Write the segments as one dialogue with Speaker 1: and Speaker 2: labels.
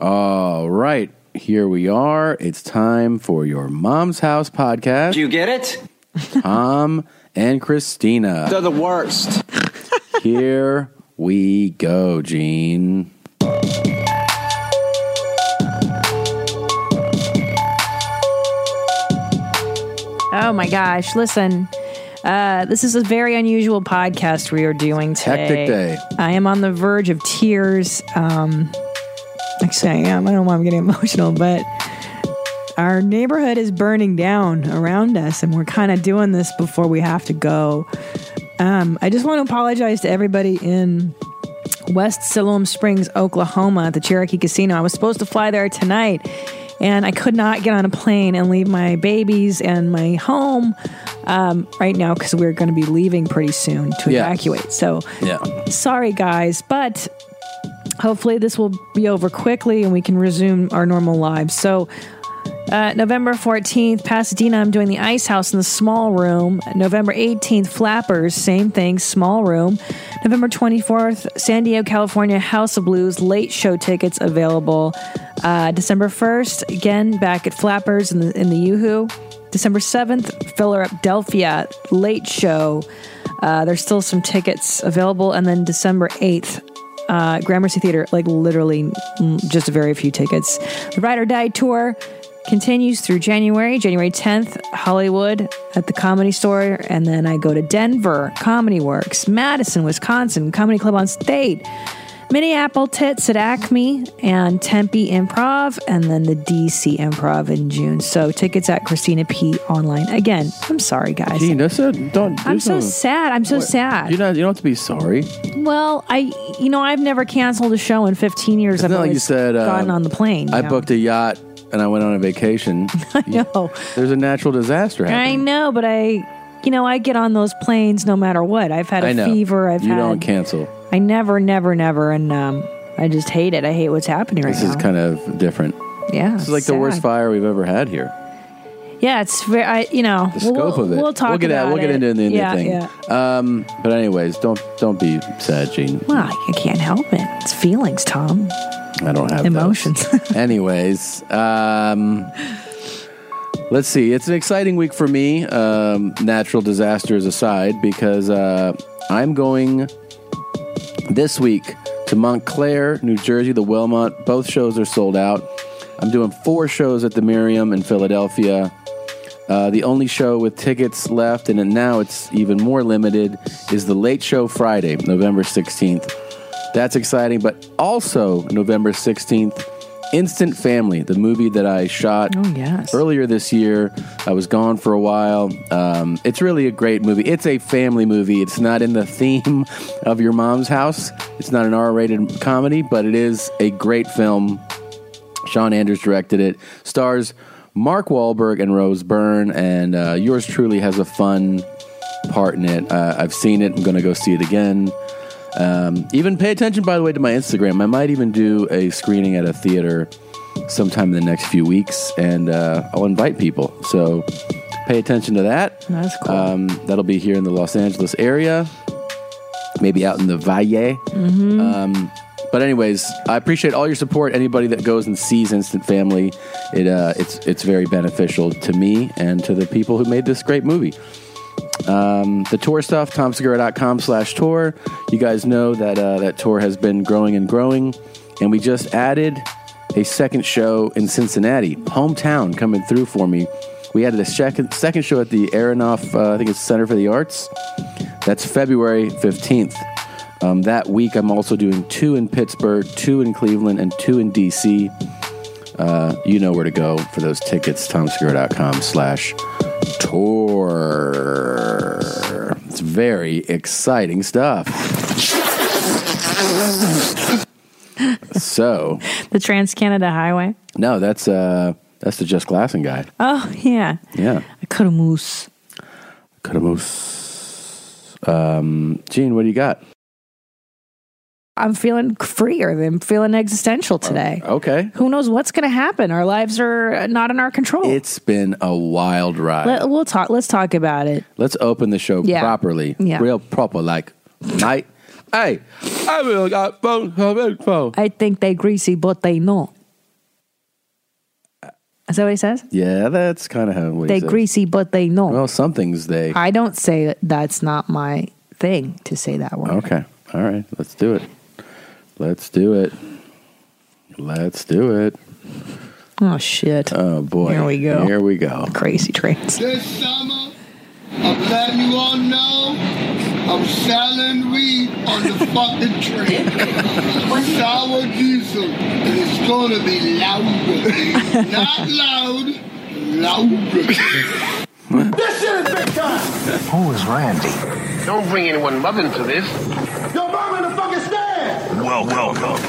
Speaker 1: All right, here we are. It's time for your mom's house podcast. Do
Speaker 2: you get it?
Speaker 1: Tom and Christina.
Speaker 2: They're the worst.
Speaker 1: here we go, Gene.
Speaker 3: Oh my gosh! Listen, uh, this is a very unusual podcast we are doing today.
Speaker 1: Hectic day.
Speaker 3: I am on the verge of tears. Um, actually, I am. I don't know why I'm getting emotional, but our neighborhood is burning down around us, and we're kind of doing this before we have to go. Um, I just want to apologize to everybody in West Siloam Springs, Oklahoma, at the Cherokee Casino. I was supposed to fly there tonight, and I could not get on a plane and leave my babies and my home um, right now because we're going to be leaving pretty soon to
Speaker 1: Yeah.
Speaker 3: evacuate. So,
Speaker 1: Yeah.
Speaker 3: sorry guys, but hopefully this will be over quickly and we can resume our normal lives. So, uh, November 14th, Pasadena, I'm doing the Ice House in the small room. November 18th, Flappers, same thing, small room. November 24th, San Diego, California, House of Blues, late show tickets available. Uh, December 1st, again, back at Flappers in the, in the Yoo-Hoo. December 7th, Filler Up Delphia, late show. Uh, there's still some tickets available. And then December 8th, uh, Gramercy Theater, like literally mm, just very few tickets. The Ride or Die tour continues through January, January 10th, Hollywood at the Comedy Store, and then I go to Denver, Comedy Works, Madison, Wisconsin, Comedy Club on State, Minneapolis Tits at Acme, and Tempe Improv, and then the DC Improv in June. So tickets at Christina P online. Again, I'm sorry, guys.
Speaker 1: Gene, that's it. Don't.
Speaker 3: I'm
Speaker 1: there's
Speaker 3: so
Speaker 1: no-
Speaker 3: sad. I'm so sad.
Speaker 1: You're not, you don't have to be sorry.
Speaker 3: Well, I you know I've never canceled a show in 15 years. I've
Speaker 1: not like you
Speaker 3: always
Speaker 1: said, uh,
Speaker 3: gotten on the plane.
Speaker 1: I booked a yacht and I went on a vacation.
Speaker 3: No,
Speaker 1: There's a natural disaster happening.
Speaker 3: I know, but I you know I get on those planes no matter what. I've had a
Speaker 1: I know.
Speaker 3: fever. I've
Speaker 1: you
Speaker 3: had
Speaker 1: don't cancel.
Speaker 3: I never, never, never, and um, I just hate it. I hate what's happening right
Speaker 1: This
Speaker 3: now.
Speaker 1: is kind of different.
Speaker 3: yeah,
Speaker 1: This is like the worst fire we've ever had here.
Speaker 3: Yeah, it's very. I, you know,
Speaker 1: The scope
Speaker 3: we'll,
Speaker 1: of it.
Speaker 3: We'll talk
Speaker 1: We'll get
Speaker 3: about
Speaker 1: We'll get
Speaker 3: it.
Speaker 1: into the end
Speaker 3: yeah,
Speaker 1: thing.
Speaker 3: Yeah.
Speaker 1: Um, but anyways, don't don't be sad, Gene.
Speaker 3: Well, you can't help it. It's feelings, Tom.
Speaker 1: I don't have those.
Speaker 3: Emotions.
Speaker 1: Anyways, um, let's see. It's an exciting week for me, um, natural disasters aside, because uh, I'm going this week to Montclair, New Jersey, the Wilmot. Both shows are sold out. I'm doing four shows at the Miriam in Philadelphia. Uh, the only show with tickets left, and now it's even more limited, is the Late Show Friday, November 16th. That's exciting, but also November 16th, Instant Family, the movie that I shot
Speaker 3: Oh, yes.
Speaker 1: earlier this year. I was gone for a while. Um, it's really a great movie. It's a family movie. It's not in the theme of your mom's house, it's not an R rated comedy, but it is a great film. Sean Anders directed it. Stars Mark Wahlberg and Rose Byrne, and uh, yours truly has a fun part in it. Uh, I've seen it. I'm going to go see it again. Um, even pay attention, by the way, to my Instagram. I might even do a screening at a theater sometime in the next few weeks, and uh, I'll invite people. So pay attention to that.
Speaker 3: That's cool.
Speaker 1: Um, that'll be here in the Los Angeles area, maybe out in the Valle. Um, but anyways, I appreciate all your support. Anybody that goes and sees Instant Family, it uh, it's it's very beneficial to me and to the people who made this great movie. Um, the tour stuff, tomsegura.com slash tour. You guys know that uh, that tour has been growing and growing, and we just added a second show in Cincinnati, hometown, coming through for me. We added a second second show at the Aronoff, uh, I think it's Center for the Arts. That's February 15th. Um, that week, I'm also doing two in Pittsburgh, two in Cleveland, and two in DC. Uh, you know where to go for those tickets, tomsegura.com slash tour. It's very exciting stuff. so,
Speaker 3: the Trans Canada Highway.
Speaker 1: no, that's uh, that's the Just Glassing guy.
Speaker 3: Oh yeah.
Speaker 1: Yeah.
Speaker 3: I cut a moose.
Speaker 1: Kadamos. Um, Gene, what do you got?
Speaker 3: I'm feeling freer. I'm feeling existential
Speaker 1: Oh,
Speaker 3: today.
Speaker 1: Okay.
Speaker 3: Who knows what's going to happen? Our lives are not in our control.
Speaker 1: It's been a wild ride.
Speaker 3: Let, we'll talk. Let's talk about it.
Speaker 1: Let's open the show
Speaker 3: Yeah.
Speaker 1: properly.
Speaker 3: Yeah.
Speaker 1: Real proper, like night. hey, I will got phone, phone, phone.
Speaker 3: I think they greasy, but they know. Is that what he says?
Speaker 1: Yeah, that's kind of how what he
Speaker 3: They
Speaker 1: said.
Speaker 3: greasy, but they know.
Speaker 1: Well, something's they.
Speaker 3: I don't say it. that's not my thing to say that word.
Speaker 1: Okay. All right. Let's do it. Let's do it. Let's do it.
Speaker 3: Oh shit.
Speaker 1: Oh boy.
Speaker 3: Here we go.
Speaker 1: Here we go.
Speaker 3: Crazy trains.
Speaker 2: This summer, I'm letting you all know I'm selling weed on the fucking train. Sour diesel, and it's gonna be louder. Not loud, louder.
Speaker 4: This shit is big time.
Speaker 5: Who is Randy?
Speaker 6: Don't bring anyone love into this.
Speaker 4: Yo, mom in the fucking stand.
Speaker 7: Welcome.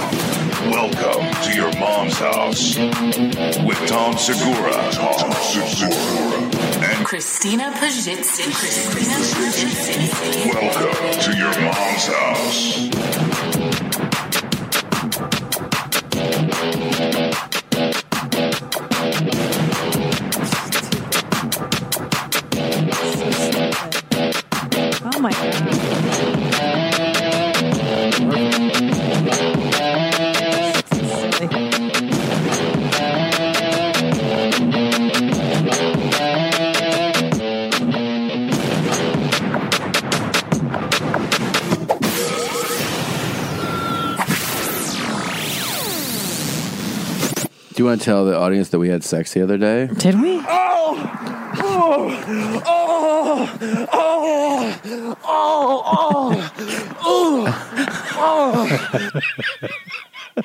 Speaker 7: Welcome to your mom's house with Tom Segura. Tom Segura. And
Speaker 8: Christina Pajitsin. Christina Pajitsin.
Speaker 7: welcome to your mom's house.
Speaker 3: Oh my god.
Speaker 1: Do you want to tell the audience that we had sex the other day?
Speaker 3: Did we?
Speaker 4: Oh, oh, oh, oh, oh, oh.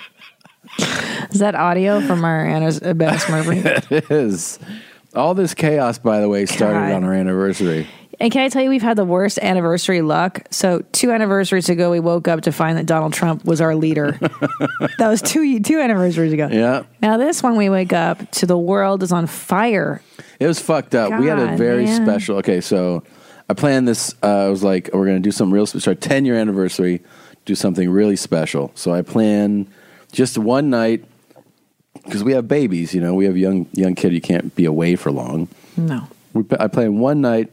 Speaker 3: Is that audio from our Anna's Best Murphy?
Speaker 4: oh.
Speaker 1: It is. All this chaos, by the way, started
Speaker 3: God.
Speaker 1: on our anniversary.
Speaker 3: And can I tell you, we've had the worst anniversary luck. So two anniversaries ago, we woke up to find that Donald Trump was our leader. that was two two anniversaries ago.
Speaker 1: Yeah.
Speaker 3: Now this one, we wake up to the world is on fire.
Speaker 1: It was fucked up. we had a
Speaker 3: God,
Speaker 1: very
Speaker 3: man.
Speaker 1: special. Okay, so I planned this. Uh, I was like, we're going to do something real. It's our ten year anniversary. Do something really special. So I plan just one night because we have babies. You know, we have a young young kid. You can't be away for long.
Speaker 3: No,
Speaker 1: We, I plan one night.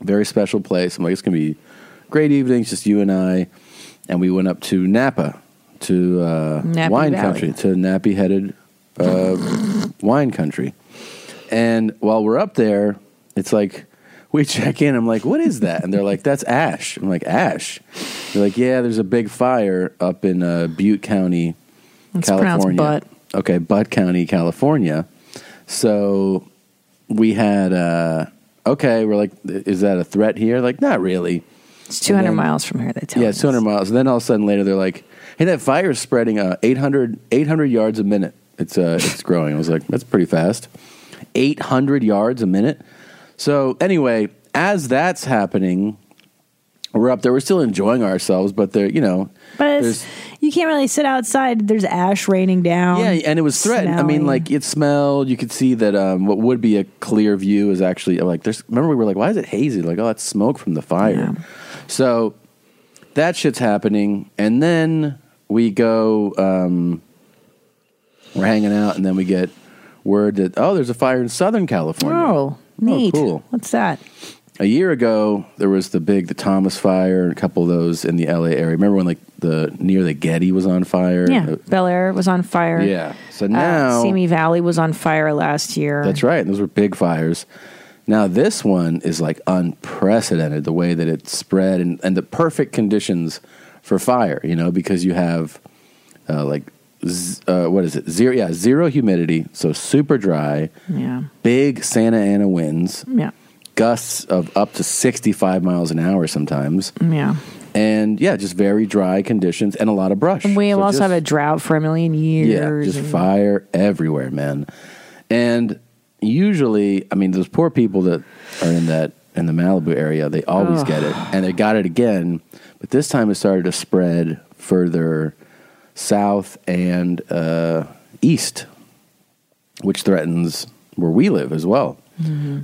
Speaker 1: Very special place. I'm like, it's going to be great evening. Just you and I. And we went up to Napa to uh,
Speaker 3: Nappy
Speaker 1: wine
Speaker 3: Valley.
Speaker 1: country to nappy headed uh, wine country. And while we're up there, it's like we check in. I'm like, what is that? And they're like, that's ash. I'm like, ash. They're like, yeah, there's a big fire up in uh, Butte County,
Speaker 3: It's pronounced
Speaker 1: California.
Speaker 3: Butte.
Speaker 1: Okay, Butte County, California. So we had, uh, okay, we're like, is that a threat here? Like, not really.
Speaker 3: it's two hundred
Speaker 1: then-
Speaker 3: miles from here. They tell
Speaker 1: Yeah,
Speaker 3: us.
Speaker 1: 200 miles. And then all of a sudden later, they're like, hey, that fire is spreading uh, 800, 800 yards a minute. It's, uh, it's growing. I was like, that's pretty fast. 800 yards a minute. So, anyway, as that's happening, we're up there. We're still enjoying ourselves, but they're, you know,
Speaker 3: But it's,
Speaker 1: there's-
Speaker 3: you can't really sit outside. There's ash raining down.
Speaker 1: yeah, and it was threatened. I mean,
Speaker 3: smelly.
Speaker 1: like it smelled. You could see that um, what would be a clear view is actually uh, like. There's remember we were like, why is it hazy? Like, oh, that's smoke from the fire. So that shit's happening, and then we go. Um, we're hanging out, and then we get word that oh, there's a fire in Southern California.
Speaker 3: oh, neat.
Speaker 1: cool.
Speaker 3: What's that?
Speaker 1: A year ago, there was the big the Thomas fire, and a couple of those in the LA area. Remember when like the near the Getty was on fire?
Speaker 3: Yeah, Bel Air was on fire.
Speaker 1: Yeah. So now
Speaker 3: uh, Simi Valley was on fire last year.
Speaker 1: That's right. Those were big fires. Now this one is like unprecedented the way that it spread and, and the perfect conditions for fire. You know because you have uh, like z- uh, what is it zero yeah zero humidity so super dry
Speaker 3: Yeah,
Speaker 1: big Santa Ana winds
Speaker 3: yeah,
Speaker 1: gusts of up to sixty five miles an hour sometimes
Speaker 3: yeah.
Speaker 1: and yeah just very dry conditions and a lot of brush.
Speaker 3: We
Speaker 1: So
Speaker 3: also
Speaker 1: just-
Speaker 3: have a drought for a million years.
Speaker 1: yeah, just
Speaker 3: and-
Speaker 1: fire everywhere, man. And usually, I mean, those poor people that are in that in the Malibu area, they always get it, and they got it again. But this time, it started to spread further south and uh, east, which threatens where we live as well.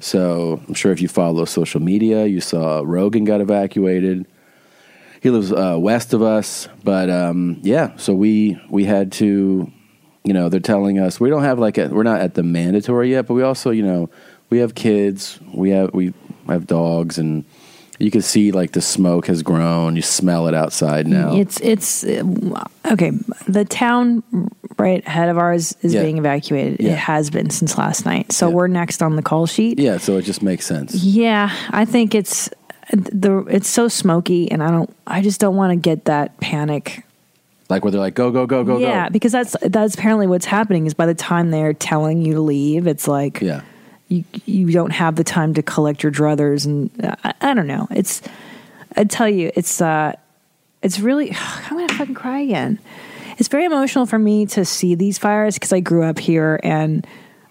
Speaker 1: So I'm sure if you follow social media, you saw Rogan got evacuated. He lives uh, west of us, but um, yeah. So we we had to, you know, they're telling us we don't have like a, we're not at the mandatory yet, but we also you know we have kids, we have we have dogs, and you can see like the smoke has
Speaker 3: Mm,
Speaker 1: grown. You smell it outside now.
Speaker 3: It's it's uh, okay. The town right ahead of ours is
Speaker 1: Yeah.
Speaker 3: being evacuated.
Speaker 1: Yeah.
Speaker 3: It has been since last night. So
Speaker 1: Yeah.
Speaker 3: we're next on the call sheet.
Speaker 1: Yeah, so it just makes sense.
Speaker 3: Yeah, I think it's the it's so smoky, and I don't. I just don't want to get that panic.
Speaker 1: Like where they're like, go, go, go, go,
Speaker 3: yeah,
Speaker 1: go.
Speaker 3: because that's that's apparently what's happening is by the time they're telling you to leave, it's like
Speaker 1: Yeah.
Speaker 3: you you don't have the time to collect your druthers, and I, I don't know. It's I tell you, it's uh, it's really I'm gonna fucking cry again. It's very emotional for me to see these fires because I grew up here and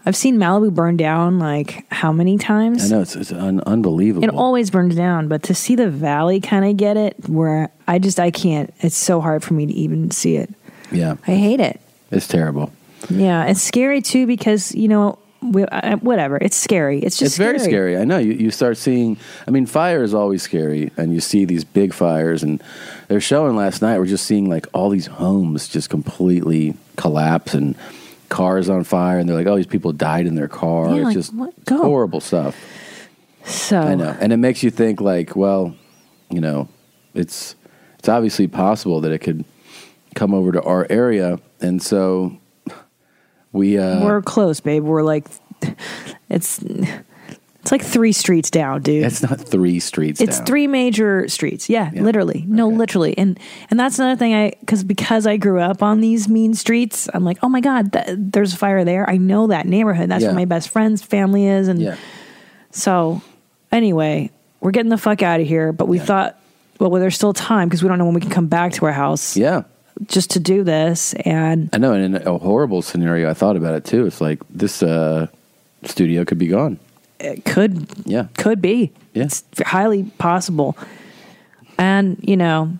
Speaker 3: I've seen Malibu burn down like how many times?
Speaker 1: I know it's it's un- unbelievable.
Speaker 3: It always burns down, but to see the valley kind of get it, where I just I can't. It's so hard for me to even see it.
Speaker 1: yeah,
Speaker 3: I hate it.
Speaker 1: it's terrible.
Speaker 3: Yeah, it's scary too because you know we, I, whatever. It's scary. It's just
Speaker 1: it's very scary. I know you, you start seeing. I mean, fire is always scary, and you see these big fires. And they're showing last night. We're just seeing like all these homes just completely collapse and cars on fire. And they're like, "Oh, these people died in their car."
Speaker 3: Yeah,
Speaker 1: it's
Speaker 3: like,
Speaker 1: just
Speaker 3: let go.
Speaker 1: horrible stuff.
Speaker 3: So
Speaker 1: I know, and it makes you think like, well, you know, it's it's obviously possible that it could come over to our area, and so we uh,
Speaker 3: we're close, babe. We're like it's it's like three streets down, dude.
Speaker 1: It's not three streets.
Speaker 3: it's
Speaker 1: down.
Speaker 3: three major streets yeah,
Speaker 1: Yeah.
Speaker 3: literally no literally and and that's another thing i because because i grew up on these mean streets i'm like oh my god th- there's a fire there i know that neighborhood that's
Speaker 1: Yeah.
Speaker 3: where my best friend's family is and
Speaker 1: Yeah,
Speaker 3: so anyway we're getting the fuck out of here but we
Speaker 1: Yeah.
Speaker 3: thought well, well there's still time because we don't know when we can come back to our house
Speaker 1: yeah.
Speaker 3: just to do this and
Speaker 1: I know. And in a horrible scenario, I thought about it too. It's like this uh, studio could be gone.
Speaker 3: it could
Speaker 1: Yeah,
Speaker 3: could be
Speaker 1: Yeah.
Speaker 3: it's highly possible and you know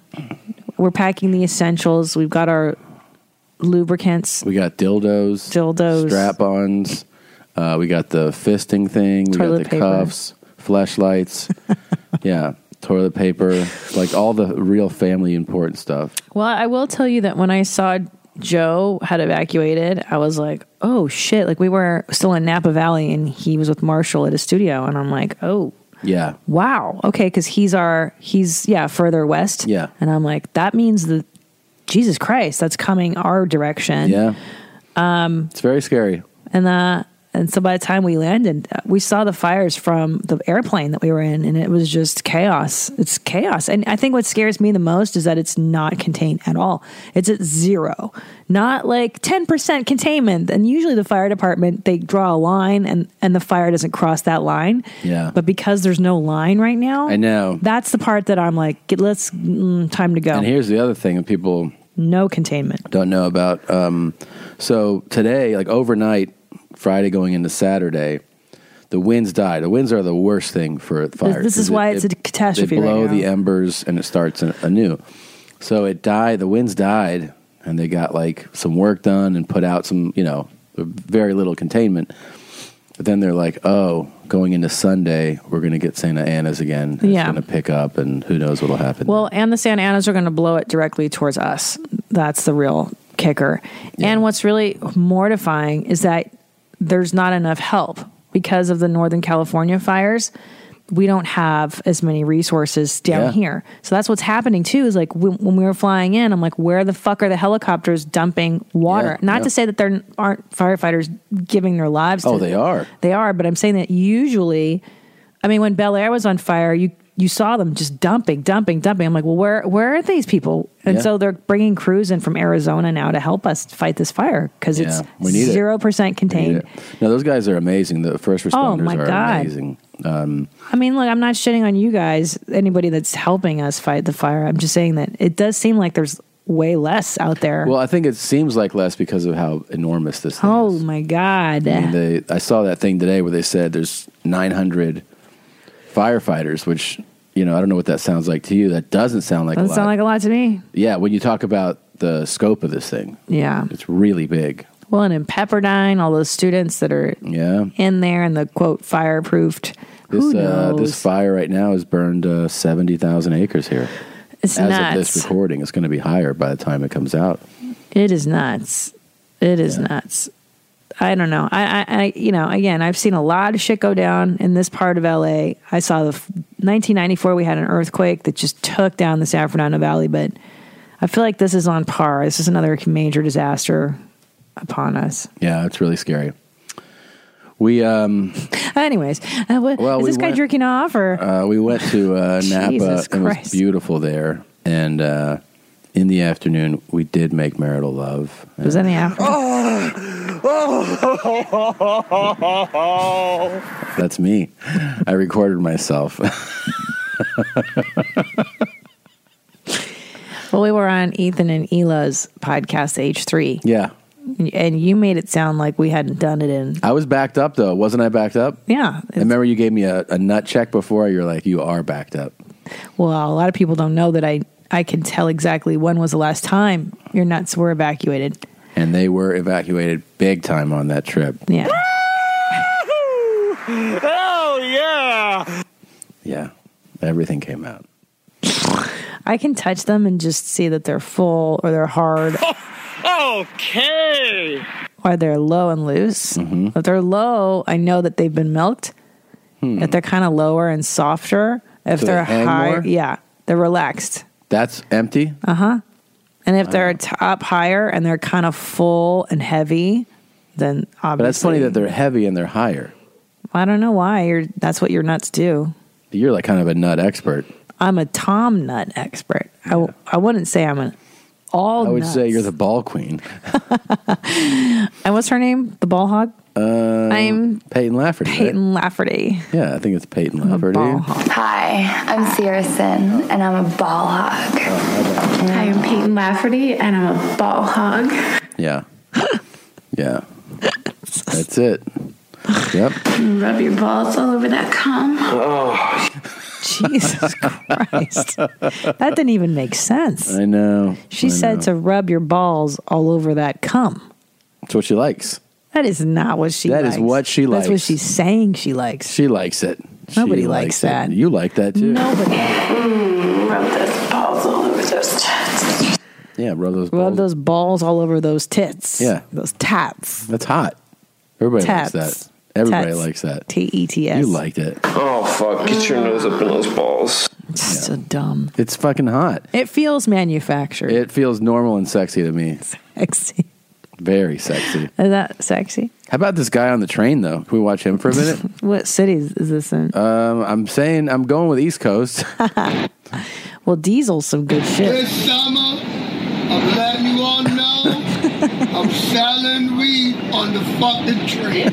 Speaker 3: we're packing the essentials we've got our lubricants
Speaker 1: we got dildos,
Speaker 3: Dildos.
Speaker 1: strap-ons. Uh, we got the fisting thing. We
Speaker 3: Toilet
Speaker 1: got the
Speaker 3: paper.
Speaker 1: cuffs, flashlights. yeah, toilet paper, like all the real family important stuff.
Speaker 3: Well, I will tell you that when I saw Joe had evacuated, I was like, oh shit. Like we were still in Napa Valley and he was with Marshall at his studio. And I'm like, oh,
Speaker 1: Yeah,
Speaker 3: wow. Okay. Cause he's our, he's, yeah, further west.
Speaker 1: Yeah.
Speaker 3: And I'm like, that means that Jesus Christ, that's coming our direction.
Speaker 1: yeah. Um, it's very scary.
Speaker 3: And, uh, and so by the time we landed, uh, we saw the fires from the airplane that we were in, and it was just chaos. It's chaos. And I think what scares me the most is that it's not contained at all. It's at zero, not like 10% containment. And usually the fire department, they draw a line and, and the fire doesn't cross that line.
Speaker 1: Yeah.
Speaker 3: But because there's no line right now,
Speaker 1: I know.
Speaker 3: That's the part that I'm like, "Get- let's, mm, time to go.
Speaker 1: And here's the other thing, and people
Speaker 3: no containment.
Speaker 1: don't know about. Um, so today, like overnight, Friday going into Saturday, the winds die. The winds are the worst thing for fire.
Speaker 3: This- this is
Speaker 1: 'cause
Speaker 3: why it's a catastrophe
Speaker 1: They
Speaker 3: right
Speaker 1: blow
Speaker 3: now.
Speaker 1: the embers and it starts an- anew. So it died. The winds died, and they got like some work done and put out some, you know, very little containment. But then they're like, oh, going into Sunday, we're going to get Santa Ana's again. and
Speaker 3: Yeah.
Speaker 1: It's going to pick up, and who knows what'll happen.
Speaker 3: Well, and the Santa Anas are going to blow it directly towards us. That's the real kicker. And what's really mortifying is that there's not enough help because of the Northern California fires. We don't have as many resources down
Speaker 1: Yeah.
Speaker 3: here. So that's what's happening too is like when, when we were flying in, I'm like, where the fuck are the helicopters dumping water?
Speaker 1: Yeah,
Speaker 3: not
Speaker 1: yeah.
Speaker 3: to say that there aren't firefighters giving their lives
Speaker 1: Oh,
Speaker 3: to
Speaker 1: they are.
Speaker 3: They are, but I'm saying that usually I mean, when Bel Air was on fire, you you saw them just dumping, dumping, dumping. I'm like, well, where where are these people? And
Speaker 1: Yeah.
Speaker 3: so they're bringing crews in from Arizona now to help us fight this fire because
Speaker 1: Yeah, we
Speaker 3: it's
Speaker 1: need it.
Speaker 3: zero percent
Speaker 1: Yeah.
Speaker 3: contained.
Speaker 1: No, those guys are amazing. The first responders
Speaker 3: Oh my
Speaker 1: are
Speaker 3: God.
Speaker 1: amazing.
Speaker 3: I mean, look, I'm not shitting on you guys, anybody that's helping us fight the fire. I'm just saying that it does seem like there's way less out there.
Speaker 1: Well, I think it seems like less because of how enormous this thing
Speaker 3: oh
Speaker 1: is.
Speaker 3: my god,
Speaker 1: I mean, they, I saw that thing today where they said there's 900 firefighters, which, you know, I don't know what that sounds like to you. That doesn't sound like
Speaker 3: doesn't
Speaker 1: a lot.
Speaker 3: sound like a lot to me.
Speaker 1: yeah, when you talk about the scope of this thing,
Speaker 3: Yeah.
Speaker 1: it's really big.
Speaker 3: Well, and in Pepperdine, all those students that are
Speaker 1: Yeah.
Speaker 3: in there and the quote fireproofed.
Speaker 1: This,
Speaker 3: Who
Speaker 1: Uh,
Speaker 3: knows?
Speaker 1: this fire right now has burned uh, 70,000 acres here.
Speaker 3: it's
Speaker 1: As
Speaker 3: nuts.
Speaker 1: of this recording, it's going to be higher by the time it comes out.
Speaker 3: It is nuts. It is nuts. I don't know. I, I, I, you know, again, I've seen a lot of shit go down in this part of LA. I saw the f- 1994, we had an earthquake that just took down the San Fernando Valley, but I feel like this is on par. This is another major disaster upon us.
Speaker 1: Yeah, it's really scary. We um
Speaker 3: Anyways, uh, wha-
Speaker 1: Well,
Speaker 3: is
Speaker 1: we
Speaker 3: this guy
Speaker 1: went-
Speaker 3: jerking off or?
Speaker 1: uh, we went to uh, Napa
Speaker 3: Jesus
Speaker 1: and it was
Speaker 3: Christ.
Speaker 1: beautiful there. And uh, in the afternoon, we did make marital love.
Speaker 3: was that in the afternoon?
Speaker 1: Oh! That's me. I recorded myself.
Speaker 3: Well, we were on Ethan and Ela's podcast, Age Three,
Speaker 1: yeah,
Speaker 3: and you made it sound like we hadn't done it in.
Speaker 1: I was backed up though, wasn't I? Backed up.
Speaker 3: Yeah.
Speaker 1: I remember you gave me a, a nut check before. You're like, you are backed up.
Speaker 3: Well, a lot of people don't know that I I can tell exactly when was the last time your nuts were evacuated.
Speaker 1: And they were evacuated big time on that trip.
Speaker 3: Yeah.
Speaker 1: Yeah, everything came out.
Speaker 3: I can touch them and just see that they're full or they're hard. okay. Or they're low and loose.
Speaker 1: Mm-hmm.
Speaker 3: If they're low, I know that they've been milked. If they're kind of lower and softer, if
Speaker 1: So Hmm. they
Speaker 3: they're
Speaker 1: hang
Speaker 3: high,
Speaker 1: more?
Speaker 3: yeah, they're relaxed.
Speaker 1: That's empty.
Speaker 3: And if they're t- up higher and they're kind of full and heavy, then obviously.
Speaker 1: But that's funny that they're heavy and they're higher.
Speaker 3: I don't know why. You're, that's what your nuts do.
Speaker 1: You're like kind of a nut expert.
Speaker 3: I'm a tom nut expert. I w- I wouldn't say I'm an all.
Speaker 1: I would
Speaker 3: Oh, nuts.
Speaker 1: say you're the ball queen.
Speaker 3: And what's her name? The ball hog.
Speaker 1: Um,
Speaker 3: I'm
Speaker 1: Peyton Lafferty. right?
Speaker 3: Peyton Lafferty.
Speaker 1: Yeah, I think it's Peyton
Speaker 3: I'm a
Speaker 1: Lafferty.
Speaker 3: ball hog.
Speaker 5: Hi, I'm Sierra Sin, and I'm a ball hog.
Speaker 9: Hi, I'm Peyton Lafferty, and I'm a ball hog.
Speaker 1: Yeah. yeah. That's it. Yep.
Speaker 9: Rub your balls all over that cum.
Speaker 3: Jesus Christ. That didn't even make sense.
Speaker 1: I know.
Speaker 3: She
Speaker 1: I
Speaker 3: said
Speaker 1: know.
Speaker 3: to rub your balls all over that cum.
Speaker 1: It's what she likes.
Speaker 3: That is not what she
Speaker 1: That is
Speaker 3: likes.
Speaker 1: what she
Speaker 3: That's what
Speaker 1: likes.
Speaker 3: she's saying she likes.
Speaker 1: She likes it. She
Speaker 3: Nobody likes
Speaker 1: it.
Speaker 3: that.
Speaker 1: You like that too.
Speaker 3: Nobody.
Speaker 9: Rub those balls all over those tits.
Speaker 1: Yeah, rub those balls.
Speaker 3: Rub those balls all over those tits.
Speaker 1: Yeah.
Speaker 3: Those tats.
Speaker 1: That's hot. Everybody likes
Speaker 3: Tats.
Speaker 1: that. Everybody
Speaker 3: Tats.
Speaker 1: likes that.
Speaker 3: T E T S.
Speaker 1: You liked it.
Speaker 10: Oh fuck! Get your nose up in those balls.
Speaker 3: So dumb.
Speaker 1: It's fucking hot.
Speaker 3: It feels manufactured.
Speaker 1: It feels normal and sexy to me.
Speaker 3: sexy.
Speaker 1: Very sexy.
Speaker 3: Is that sexy?
Speaker 1: How about this guy on the train though? Can we watch him for a minute?
Speaker 3: What cities is this in?
Speaker 1: um, I'm saying I'm going with East Coast.
Speaker 3: well, Diesel's some good shit.
Speaker 2: This summer, I'm letting you all know I'm selling weed on the fucking train.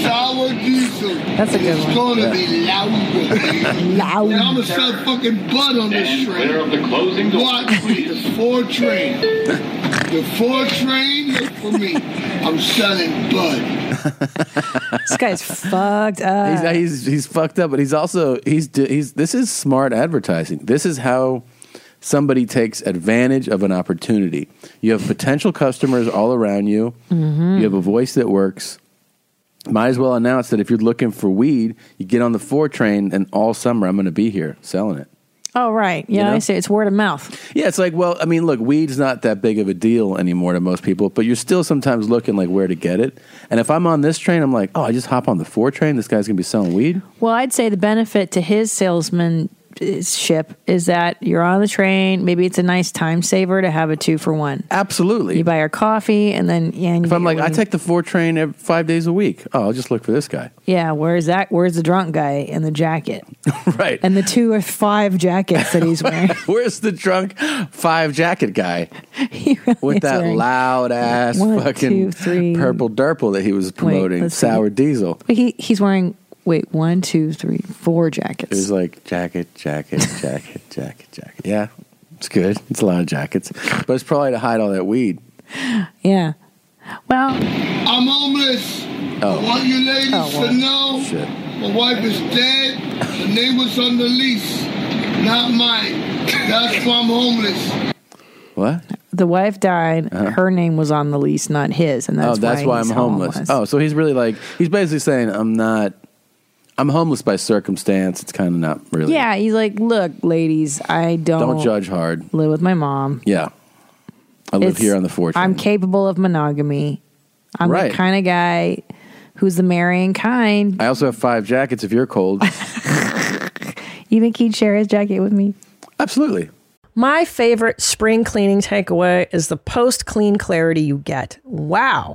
Speaker 2: Sour diesel.
Speaker 3: That's a good
Speaker 2: It's
Speaker 3: one.
Speaker 2: gonna be louder.
Speaker 3: Loud.
Speaker 2: and I'ma sell fucking butt on this train.
Speaker 6: of the closing
Speaker 2: Watch the four train. The four train, look for me. I'm selling bud.
Speaker 3: This guy's fucked up.
Speaker 1: he's, he's he's fucked up, but he's also he's d- he's this is smart advertising. This is how somebody takes advantage of an opportunity. You have potential customers all around you. You have a voice that works. Might as well announce that if you're looking for weed, you get on the four train, and all summer I'm going to be here selling it.
Speaker 3: Oh right, yeah,
Speaker 1: You know?
Speaker 3: I see. It's word of mouth.
Speaker 1: Yeah, it's like, well, I mean, look, weed's not that big of a deal anymore to most people, but you're still sometimes looking like where to get it. And if I'm on this train, I'm like, oh, I just hop on the four train. This guy's gonna be selling weed.
Speaker 3: Well, I'd say the benefit to his salesmanship is that you're on the train. Maybe it's a nice time saver to have a two for one.
Speaker 1: Absolutely.
Speaker 3: You buy your coffee, and then yeah. And you
Speaker 1: if
Speaker 3: get
Speaker 1: I'm like,
Speaker 3: your
Speaker 1: I
Speaker 3: weed.
Speaker 1: take the four train ev- five days a week. Oh, I'll just look for this guy.
Speaker 3: yeah. Where's that? Where's the drunk guy in the jacket
Speaker 1: right.
Speaker 3: and the two or five jackets that he's wearing?
Speaker 1: Where's the drunk five jacket guy
Speaker 3: He really
Speaker 1: with
Speaker 3: is
Speaker 1: that
Speaker 3: wearing-
Speaker 1: loud ass
Speaker 3: One,
Speaker 1: fucking
Speaker 3: two, three.
Speaker 1: purple derple that he was promoting?
Speaker 3: let's see.
Speaker 1: Sour diesel.
Speaker 3: He he's wearing wait one two three four
Speaker 1: It was
Speaker 3: jackets.
Speaker 1: like jacket, jacket, jacket, jacket, jacket. Yeah, it's good. It's a lot of jackets, but it's probably to hide all that weed.
Speaker 3: Yeah. Well,
Speaker 2: I'm homeless. I
Speaker 1: Oh
Speaker 2: want you ladies
Speaker 3: Oh, well.
Speaker 2: to know.
Speaker 1: shit!
Speaker 2: My wife is dead. Her name was on the lease, not mine. That's why I'm homeless.
Speaker 1: What?
Speaker 3: the wife died. Her name was on the lease, not his, and
Speaker 1: Uh-huh. oh,
Speaker 3: that's
Speaker 1: that's why,
Speaker 3: he's
Speaker 1: I'm homeless. Oh, so he's really like he's basically saying I'm not. I'm homeless by circumstance. It's kind of not really.
Speaker 3: Yeah, he's like, look, ladies, I don't,
Speaker 1: Don't judge hard.
Speaker 3: live with my mom.
Speaker 1: Yeah. I live
Speaker 3: It's-
Speaker 1: here on the 4th.
Speaker 3: I'm capable of monogamy. I'm
Speaker 1: Right.
Speaker 3: the kind of guy who's the marrying kind.
Speaker 1: I also have five jackets if you're cold.
Speaker 3: You think he'd share his jacket with me?
Speaker 1: Absolutely.
Speaker 11: My favorite spring cleaning takeaway is the post clean clarity you get. Wow.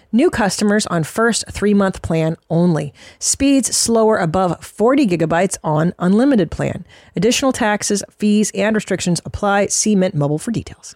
Speaker 11: New customers on first three month plan only. Speeds slower above 40 gigabytes on unlimited plan. Additional taxes, fees, and restrictions apply. See Mint Mobile for details.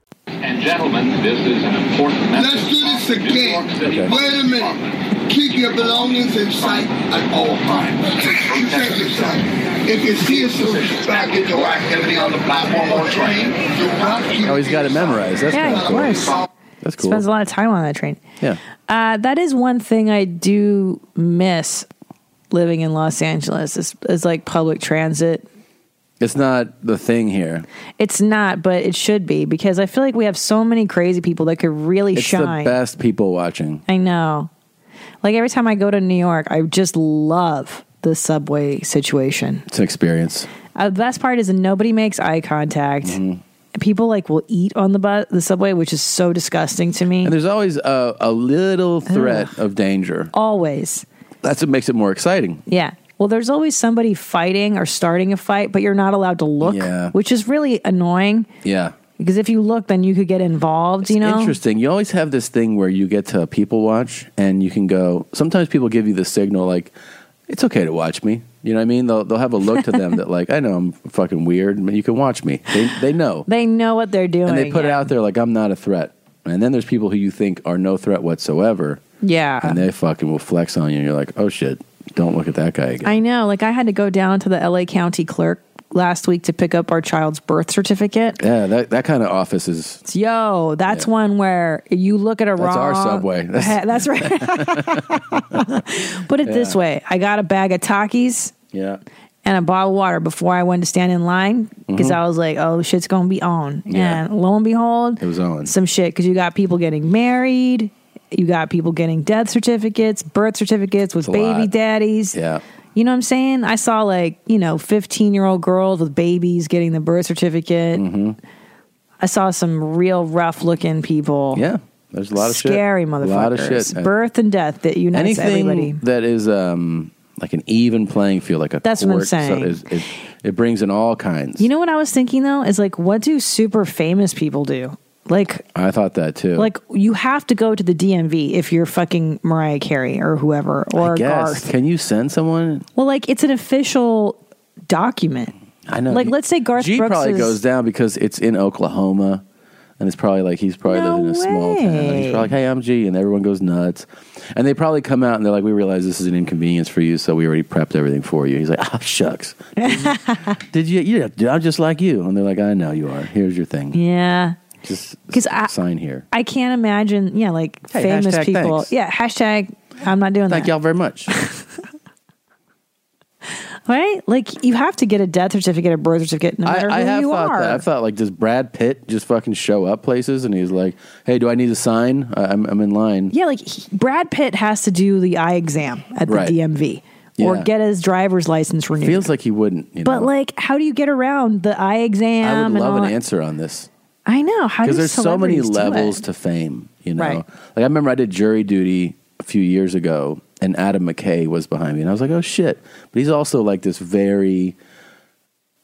Speaker 6: And gentlemen, this is an important
Speaker 2: Let's
Speaker 12: Oh,
Speaker 2: do this again. Wait a minute. Keep your belongings in sight at all times. Protect yourself. If you see a suspicious package or activity on the platform or train, do not keep
Speaker 1: Oh, he's got it memorized. That's
Speaker 3: yeah,
Speaker 1: kinda
Speaker 3: of
Speaker 1: cool.
Speaker 3: course.
Speaker 1: That's cool.
Speaker 3: Spends a lot of time on that train.
Speaker 1: Yeah.
Speaker 3: Uh, that is one thing I do miss living in Los Angeles is, is like public transit.
Speaker 1: It's not the thing here.
Speaker 3: It's not, but it should be because I feel like we have so many crazy people that could really
Speaker 1: It's the
Speaker 3: shine.
Speaker 1: best people watching.
Speaker 3: I know. Like every time I go to New York, I just love the subway situation.
Speaker 1: It's an experience.
Speaker 3: Uh, the best part is nobody makes eye contact.
Speaker 1: Mm-hmm.
Speaker 3: People like will eat on the bus, the subway, which is so disgusting to me.
Speaker 1: And there's always a, a little threat of danger.
Speaker 3: Always.
Speaker 1: That's what makes it more exciting.
Speaker 3: Yeah. Well, there's always somebody fighting or starting a fight, but you're not allowed to look, which is really annoying
Speaker 1: Yeah.
Speaker 3: because if you look, then you could get involved, you know?
Speaker 1: Interesting. You always have this thing where you get to people watch and you can go. Sometimes people give you the signal like, "It's okay to watch me." You know what I mean? They'll they'll have a look to them that like, "I know I'm fucking weird, but you can watch me." They they know
Speaker 3: They know what they're doing.
Speaker 1: and they put it out there like, "I'm not a threat." And then there's people who you think are no threat whatsoever,
Speaker 3: yeah.
Speaker 1: and they fucking will flex on you. And you're like, "Oh shit, don't look at that guy again."
Speaker 3: I know. Like, I had to go down to the LA County clerk last week to pick up our child's birth certificate.
Speaker 1: yeah, that that kind of office is
Speaker 3: Yo, that's one where you look at a
Speaker 1: That's
Speaker 3: wrong.
Speaker 1: our subway. That's-
Speaker 3: That's, right. Put it this
Speaker 1: Yeah.
Speaker 3: way: I got a bag of Takis
Speaker 1: yeah.
Speaker 3: and a bottle of water before I went to stand in line because
Speaker 1: Mhm.
Speaker 3: I was like, "Oh, shit's gonna be on."
Speaker 1: Yeah.
Speaker 3: And lo and behold,
Speaker 1: It was on.
Speaker 3: some shit because you got people getting married, you got people getting death certificates, birth certificates with
Speaker 1: a
Speaker 3: baby
Speaker 1: lot.
Speaker 3: daddies.
Speaker 1: Yeah.
Speaker 3: You know what I'm saying? I saw like, you know, 15 year old girls with babies getting the birth certificate.
Speaker 1: Mm-hmm.
Speaker 3: I saw some real rough looking people.
Speaker 1: Yeah. There's a lot of shit.
Speaker 3: Oh. Scary
Speaker 1: A
Speaker 3: motherfuckers.
Speaker 1: lot of shit.
Speaker 3: Birth and death that unites
Speaker 1: anything
Speaker 3: everybody.
Speaker 1: that is um, like an even playing field, like a
Speaker 3: That's what I'm
Speaker 1: court, so
Speaker 3: saying.
Speaker 1: is- it, it brings in all kinds.
Speaker 3: You know what I was thinking though? Is like, what do super famous people do? Like,
Speaker 1: I thought that too.
Speaker 3: like you have to go to the DMV if you're fucking Mariah Carey or whoever or
Speaker 1: I guess.
Speaker 3: Garth.
Speaker 1: Can you send someone?
Speaker 3: Well, like it's an official document.
Speaker 1: I know.
Speaker 3: Like, let's say Garth
Speaker 1: G
Speaker 3: Brooks
Speaker 1: probably
Speaker 3: is-
Speaker 1: goes down because it's in Oklahoma, and it's probably like he's probably living in a small town. And He's
Speaker 3: way.
Speaker 1: probably like, "Hey, I'm G," and everyone goes nuts. And they probably come out and they're like, "We realize this is an inconvenience for you, so we already prepped everything for you." He's like, "Ah, shucks." Did you? Yeah, dude, I'm just like you. And they're like, "I know you are. Here's your thing.
Speaker 3: Yeah.
Speaker 1: Just
Speaker 3: 'Cause I-
Speaker 1: sign here."
Speaker 3: I can't imagine, yeah, like
Speaker 1: Hey,
Speaker 3: famous
Speaker 1: hashtag
Speaker 3: people.
Speaker 1: thanks.
Speaker 3: Yeah, hashtag I'm not doing that.
Speaker 1: Thank y'all very much.
Speaker 3: right? Like you have to get a death certificate, a birth certificate, no matter
Speaker 1: I, I
Speaker 3: who
Speaker 1: have
Speaker 3: you
Speaker 1: thought
Speaker 3: are.
Speaker 1: that. I thought like, does Brad Pitt just fucking show up places and he's like, "Hey, do I need a sign? I, I'm I'm in line."
Speaker 3: Yeah, like he, Brad Pitt has to do the eye exam at the
Speaker 1: Right.
Speaker 3: DMV or
Speaker 1: Yeah.
Speaker 3: get his driver's license renewed.
Speaker 1: Feels like he wouldn't. You know?
Speaker 3: but like, how do you get around the eye exam?
Speaker 1: I would
Speaker 3: and
Speaker 1: love
Speaker 3: all
Speaker 1: an
Speaker 3: that?
Speaker 1: answer on this
Speaker 3: I know how do
Speaker 1: because there's so many
Speaker 3: celebrities do
Speaker 1: levels
Speaker 3: it?
Speaker 1: to fame. You know,
Speaker 3: Right.
Speaker 1: like I remember I did jury duty a few years ago, and Adam McKay was behind me, and I was like, "Oh shit!" But he's also like this very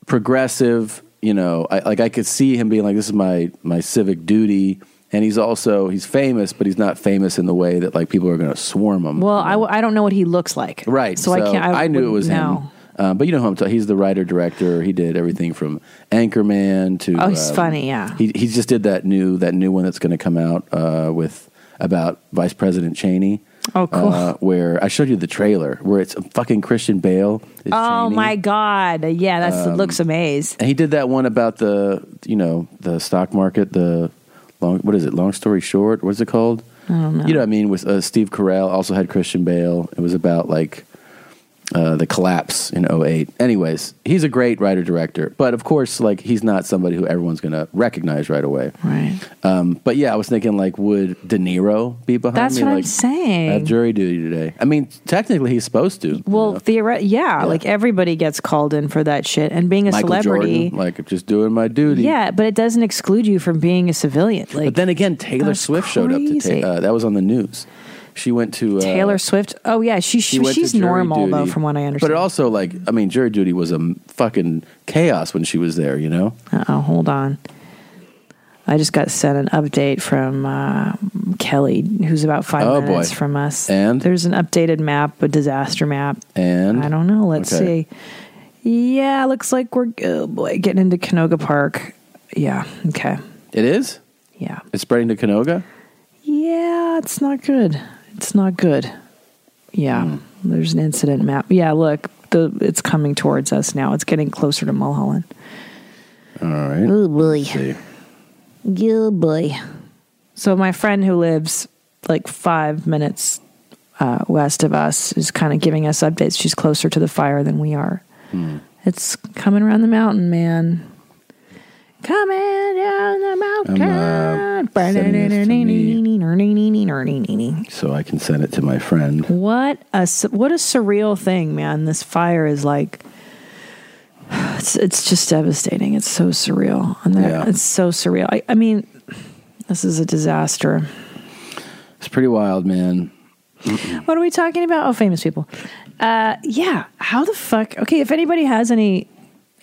Speaker 1: progressive. You know, I, like I could see him being like, "This is my my civic duty." And he's also he's famous, but he's not famous in the way that like people are going to swarm him.
Speaker 3: Well, I, w- I don't know what he looks like,
Speaker 1: Right.
Speaker 3: So, I can't. I,
Speaker 1: knew it
Speaker 3: wouldn't
Speaker 1: was
Speaker 3: know.
Speaker 1: him. Um, but you know who I'm talking. He's the writer director. He did everything from Anchorman to. uh,
Speaker 3: Oh, he's funny, yeah.
Speaker 1: He he just did that new that new one that's going to come out uh, with about Vice President Cheney.
Speaker 3: Oh, cool.
Speaker 1: Uh, where I showed you the trailer where it's fucking Christian Bale. is
Speaker 3: Oh
Speaker 1: Cheney.
Speaker 3: my god! Yeah, that's
Speaker 1: Um,
Speaker 3: looks amazed.
Speaker 1: And he did that one about the you know the stock market the long what is it long story short what's it called
Speaker 3: I don't know.
Speaker 1: you know what I mean with uh, Steve Carell also had Christian Bale it was about like uh, the collapse in 08 anyways he's a great writer director but of course like he's not somebody who everyone's gonna recognize right away
Speaker 3: right
Speaker 1: um, but yeah I was thinking like would De Niro be behind
Speaker 3: That's
Speaker 1: me
Speaker 3: what I'm
Speaker 1: like,
Speaker 3: saying.
Speaker 1: I have jury duty today I mean technically he's supposed to
Speaker 3: Well, theoret- yeah, like everybody gets called in for that shit, and being a
Speaker 1: Michael
Speaker 3: celebrity,
Speaker 1: Jordan, like just doing my duty
Speaker 3: yeah, but it doesn't exclude you from being a civilian. Like
Speaker 1: but then again, Taylor
Speaker 3: that's
Speaker 1: Swift showed up to
Speaker 3: crazy.
Speaker 1: ta- uh, that was on the news. She went to uh,
Speaker 3: Taylor Swift. Oh yeah, she,
Speaker 1: she went to
Speaker 3: she's
Speaker 1: jury
Speaker 3: normal though,
Speaker 1: duty.
Speaker 3: from what I understand.
Speaker 1: But it also like I mean, jury duty was a m- fucking chaos when she was there. You know,
Speaker 3: oh, hold on. I just got sent an update from uh, Kelly, who's about five
Speaker 1: Oh, boy.
Speaker 3: minutes from us.
Speaker 1: And?
Speaker 3: there's an updated map, a disaster map.
Speaker 1: and
Speaker 3: I don't know. Let's
Speaker 1: Okay.
Speaker 3: see. Yeah, looks like we're oh boy, getting into Canoga Park. Yeah. Okay.
Speaker 1: it is.
Speaker 3: Yeah,
Speaker 1: it's spreading to Canoga.
Speaker 3: Yeah, it's not good. It's not good. Yeah, there's an incident map. Yeah, look, the it's coming towards us now. It's getting closer to Mulholland.
Speaker 1: All right.
Speaker 3: Oh boy.
Speaker 1: Let's see.
Speaker 3: Yeah, boy. So my friend who lives like five minutes uh, west of us is kind of giving us updates. She's closer to the fire than we are. It's coming around the mountain, man. Coming down the mountain.
Speaker 1: sending this to
Speaker 3: Ba-da-da-da-da-nee-nee-nee-nee-nee-nee-nee.
Speaker 1: So I can send it to my friend.
Speaker 3: What a s- what a surreal thing, man! This fire is like it's it's just devastating. It's so surreal, and there-
Speaker 1: Yeah.
Speaker 3: it's so surreal. I, I mean, this is a disaster.
Speaker 1: It's pretty wild, man.
Speaker 3: What are we talking about? Oh, famous people. Uh, yeah. How the fuck? Okay, if anybody has any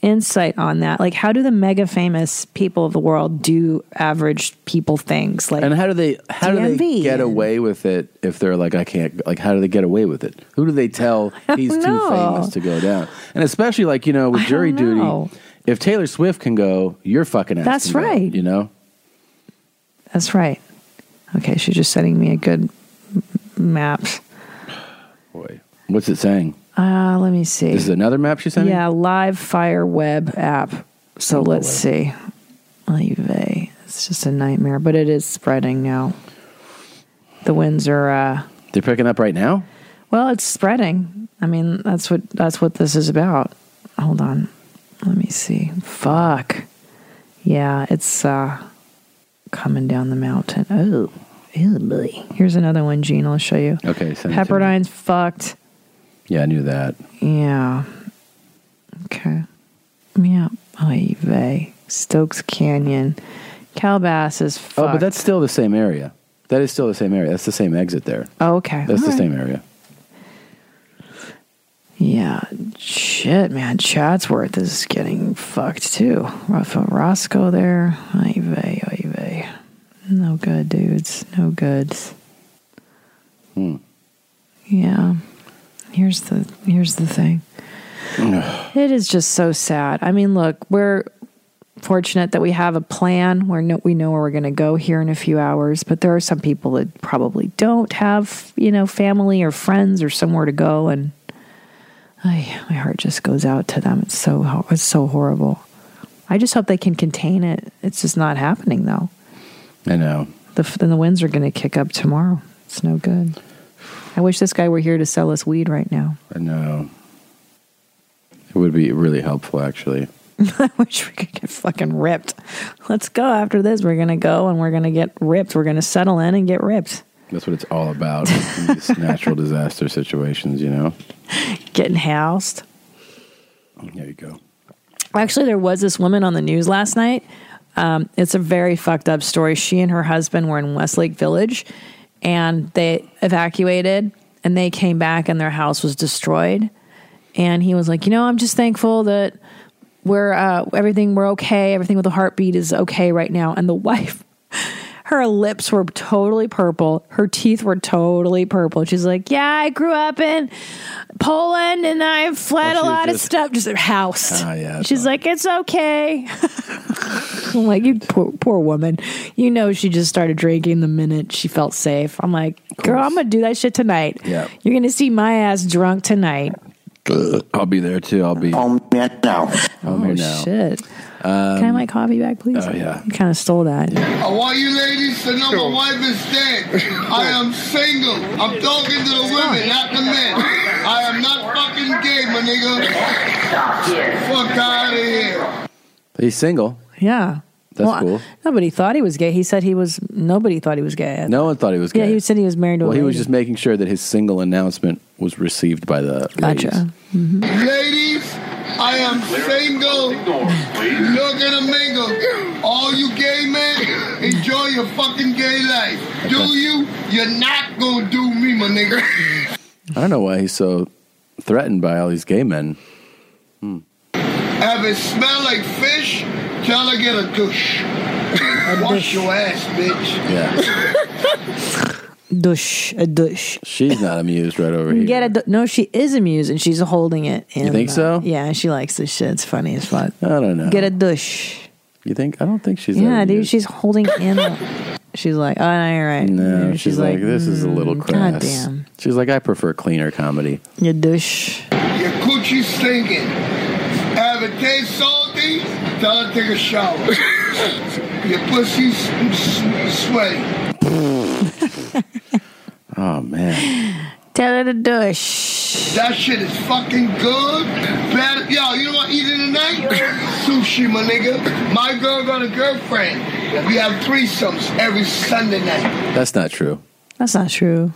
Speaker 3: insight on that, like how do the mega famous people of the world do average people things? Like,
Speaker 1: And how do they how do they
Speaker 3: DMV.
Speaker 1: get away with it if they're like I can't like how do they get away with it? Who do they tell he's too
Speaker 3: know.
Speaker 1: famous to go down? And especially like you know with jury
Speaker 3: know.
Speaker 1: duty, if Taylor Swift can go, you're fucking ass
Speaker 3: That's
Speaker 1: can go,
Speaker 3: right.
Speaker 1: you know.
Speaker 3: That's right. Okay, she's just sending me a good m- map.
Speaker 1: Boy, what's it saying?
Speaker 3: Uh, let me see.
Speaker 1: This is another map she sent. me?
Speaker 3: Yeah, live fire web app. So let's see. Live. It's just a nightmare, but it is spreading now. The winds are uh
Speaker 1: they're picking up right now.
Speaker 3: well, it's spreading. I mean, that's what that's what this is about. Hold on. Let me see. Fuck. Yeah, it's uh coming down the mountain. Oh. ew, boy. Here's another one, Gene. I'll show you.
Speaker 1: Okay, send it to me.
Speaker 3: Pepperdine's fucked.
Speaker 1: Yeah, I knew that.
Speaker 3: Yeah. Okay. Yeah. Oy vey. Stokes Canyon. Calabasas is
Speaker 1: Oh, but that's still the same area. That is still the same area. That's the same exit there.
Speaker 3: Oh, okay.
Speaker 1: That's the
Speaker 3: All right.
Speaker 1: same area.
Speaker 3: Yeah. Shit, man. Chatsworth is getting fucked too. Rafa Roscoe there. Oy vey, oy vey. No good, dudes. No goods.
Speaker 1: Hmm.
Speaker 3: Yeah. Here's the here's the thing. It is just so sad. I mean, look, we're fortunate that we have a plan where no, we know where we're going to go here in a few hours, but there are some people that probably don't have, you know, family or friends or somewhere to go and ay, my heart just goes out to them. It's so ho- it's so horrible. I just hope they can contain it. It's just not happening though.
Speaker 1: I know.
Speaker 3: The f- then the winds are going to kick up tomorrow. It's no good. I wish this guy were here to sell us weed right now.
Speaker 1: I know. It would be really helpful, actually.
Speaker 3: I wish we could get fucking ripped. Let's go after this. We're gonna go and we're gonna get ripped. We're gonna settle in and get ripped.
Speaker 1: That's what it's all about. these natural disaster situations, you know?
Speaker 3: Getting housed.
Speaker 1: There you go.
Speaker 3: Actually, there was this woman on the news last night. Um, it's a very fucked up story. She and her husband were in Westlake Village and they evacuated and they came back and their house was destroyed. And he was like, You know, I'm just thankful that we're, uh, everything, we're okay. Everything with a heartbeat is okay right now. And the wife, her lips were totally purple. Her teeth were totally purple. She's like, Yeah, I grew up in Poland and I fled
Speaker 1: Well,
Speaker 3: a
Speaker 1: she was
Speaker 3: lot of
Speaker 1: just-
Speaker 3: stuff. Just house.
Speaker 1: Ah, yeah, that's
Speaker 3: She's like, It's okay. I'm like, you poor, poor woman. You know, she just started drinking the minute she felt safe. I'm like, girl, I'm going to do that shit tonight.
Speaker 1: Yeah.
Speaker 3: You're going to see my ass drunk tonight.
Speaker 1: I'll be there too. I'll be home
Speaker 3: Um,
Speaker 1: now. Home
Speaker 3: Oh,
Speaker 1: here now.
Speaker 3: shit.
Speaker 1: Um,
Speaker 3: Can I have my coffee back, please?
Speaker 1: oh, yeah.
Speaker 3: You kind of stole that.
Speaker 2: I want Oh, you ladies to know my wife is dead. I am single. I'm talking to the women, not the men. I am not fucking gay, my nigga. Fuck out of here.
Speaker 1: He's single.
Speaker 3: Yeah.
Speaker 1: That's
Speaker 3: Well,
Speaker 1: cool.
Speaker 3: Nobody thought he was gay. He said he was, nobody thought he was gay.
Speaker 1: No one thought he was gay.
Speaker 3: Yeah, he said he was married to
Speaker 1: well,
Speaker 3: a
Speaker 1: he was
Speaker 3: lady.
Speaker 1: just making sure that his single announcement was received by the
Speaker 3: Gotcha.
Speaker 1: ladies.
Speaker 2: Ladies, I am single. Look at a mingle. All you gay men, enjoy your fucking gay life. Do you? You're not gonna do me, my nigga.
Speaker 1: I don't know why he's so threatened by all these gay men.
Speaker 2: Have it smell like fish? Tell her get a douche. Wash your ass, bitch.
Speaker 1: Yeah.
Speaker 3: Dush, a dush.
Speaker 1: She's not amused right over here.
Speaker 3: Get a du- no, she is amused and she's holding it. In
Speaker 1: You think
Speaker 3: the-
Speaker 1: so?
Speaker 3: Yeah, she likes this shit. It's funny as fuck.
Speaker 1: I don't know.
Speaker 3: Get a dush.
Speaker 1: You think? I don't think she's. that
Speaker 3: yeah, dude,
Speaker 1: amused.
Speaker 3: she's holding in. the- she's like, oh, no, you're right.
Speaker 1: No,
Speaker 3: And "Mm,
Speaker 1: she's, like, this is a little crass.
Speaker 3: goddamn.
Speaker 1: She's like, I prefer cleaner comedy.
Speaker 3: You douche.
Speaker 2: Your coochie stinking. Have it taste salty? Tell her to take a shower. Your pussy s- s- sweaty.
Speaker 1: Oh man.
Speaker 3: Tell her to douche.
Speaker 2: That shit is fucking good. Bad. Yo, you know what I'm eating tonight? Sushi, my nigga. My girl got a girlfriend. We have threesomes every Sunday night.
Speaker 1: That's not true.
Speaker 3: That's not true.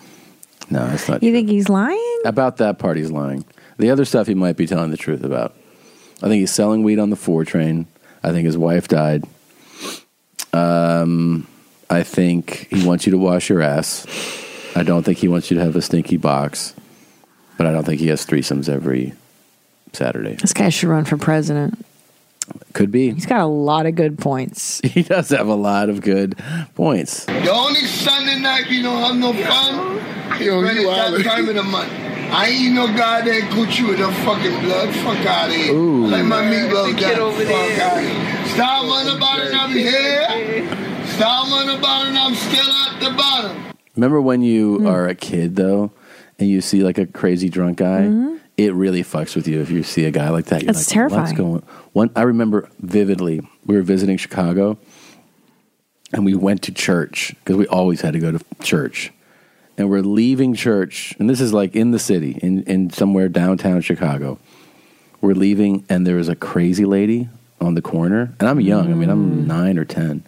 Speaker 1: No, that's not
Speaker 3: You think he's lying?
Speaker 1: About that part, he's lying. The other stuff he might be telling the truth about. I think he's selling weed on the four train. I think his wife died. Um, I think he wants you to wash your ass. I don't think he wants you to have a stinky box. But I don't think he has threesomes every Saturday.
Speaker 3: This guy should run for president.
Speaker 1: Could be.
Speaker 3: He's got a lot of good points.
Speaker 1: He does have a lot of good points.
Speaker 2: The only Sunday night you don't have no fun Yo, is
Speaker 4: you
Speaker 2: that
Speaker 4: wild.
Speaker 2: time of the month. I ain't no goddamn Gucci with no fucking blood. Fuck out of here.
Speaker 4: Ooh.
Speaker 2: Let my
Speaker 4: The
Speaker 2: meatloaf
Speaker 4: kid
Speaker 2: down.
Speaker 4: over
Speaker 2: Fuck
Speaker 4: there.
Speaker 2: out here. Stop on the bottom, I'm here. Stop on the bottom, I'm still at the bottom.
Speaker 1: Remember when
Speaker 3: Hmm.
Speaker 1: you are a kid though, and you see like a crazy drunk guy?
Speaker 2: Mhm.
Speaker 1: It really fucks with you if you see a guy like that. You're
Speaker 3: Mm-hmm. That's
Speaker 1: like, What's
Speaker 3: terrifying.
Speaker 1: going? One, I remember vividly. We were visiting Chicago, and we went to church because we always had to go to church. And we're leaving church, and this is like in the city, in, in somewhere downtown Chicago. We're leaving, and there is a crazy lady on the corner, and I'm young. I mean,
Speaker 3: Mm.
Speaker 1: I'm nine or ten.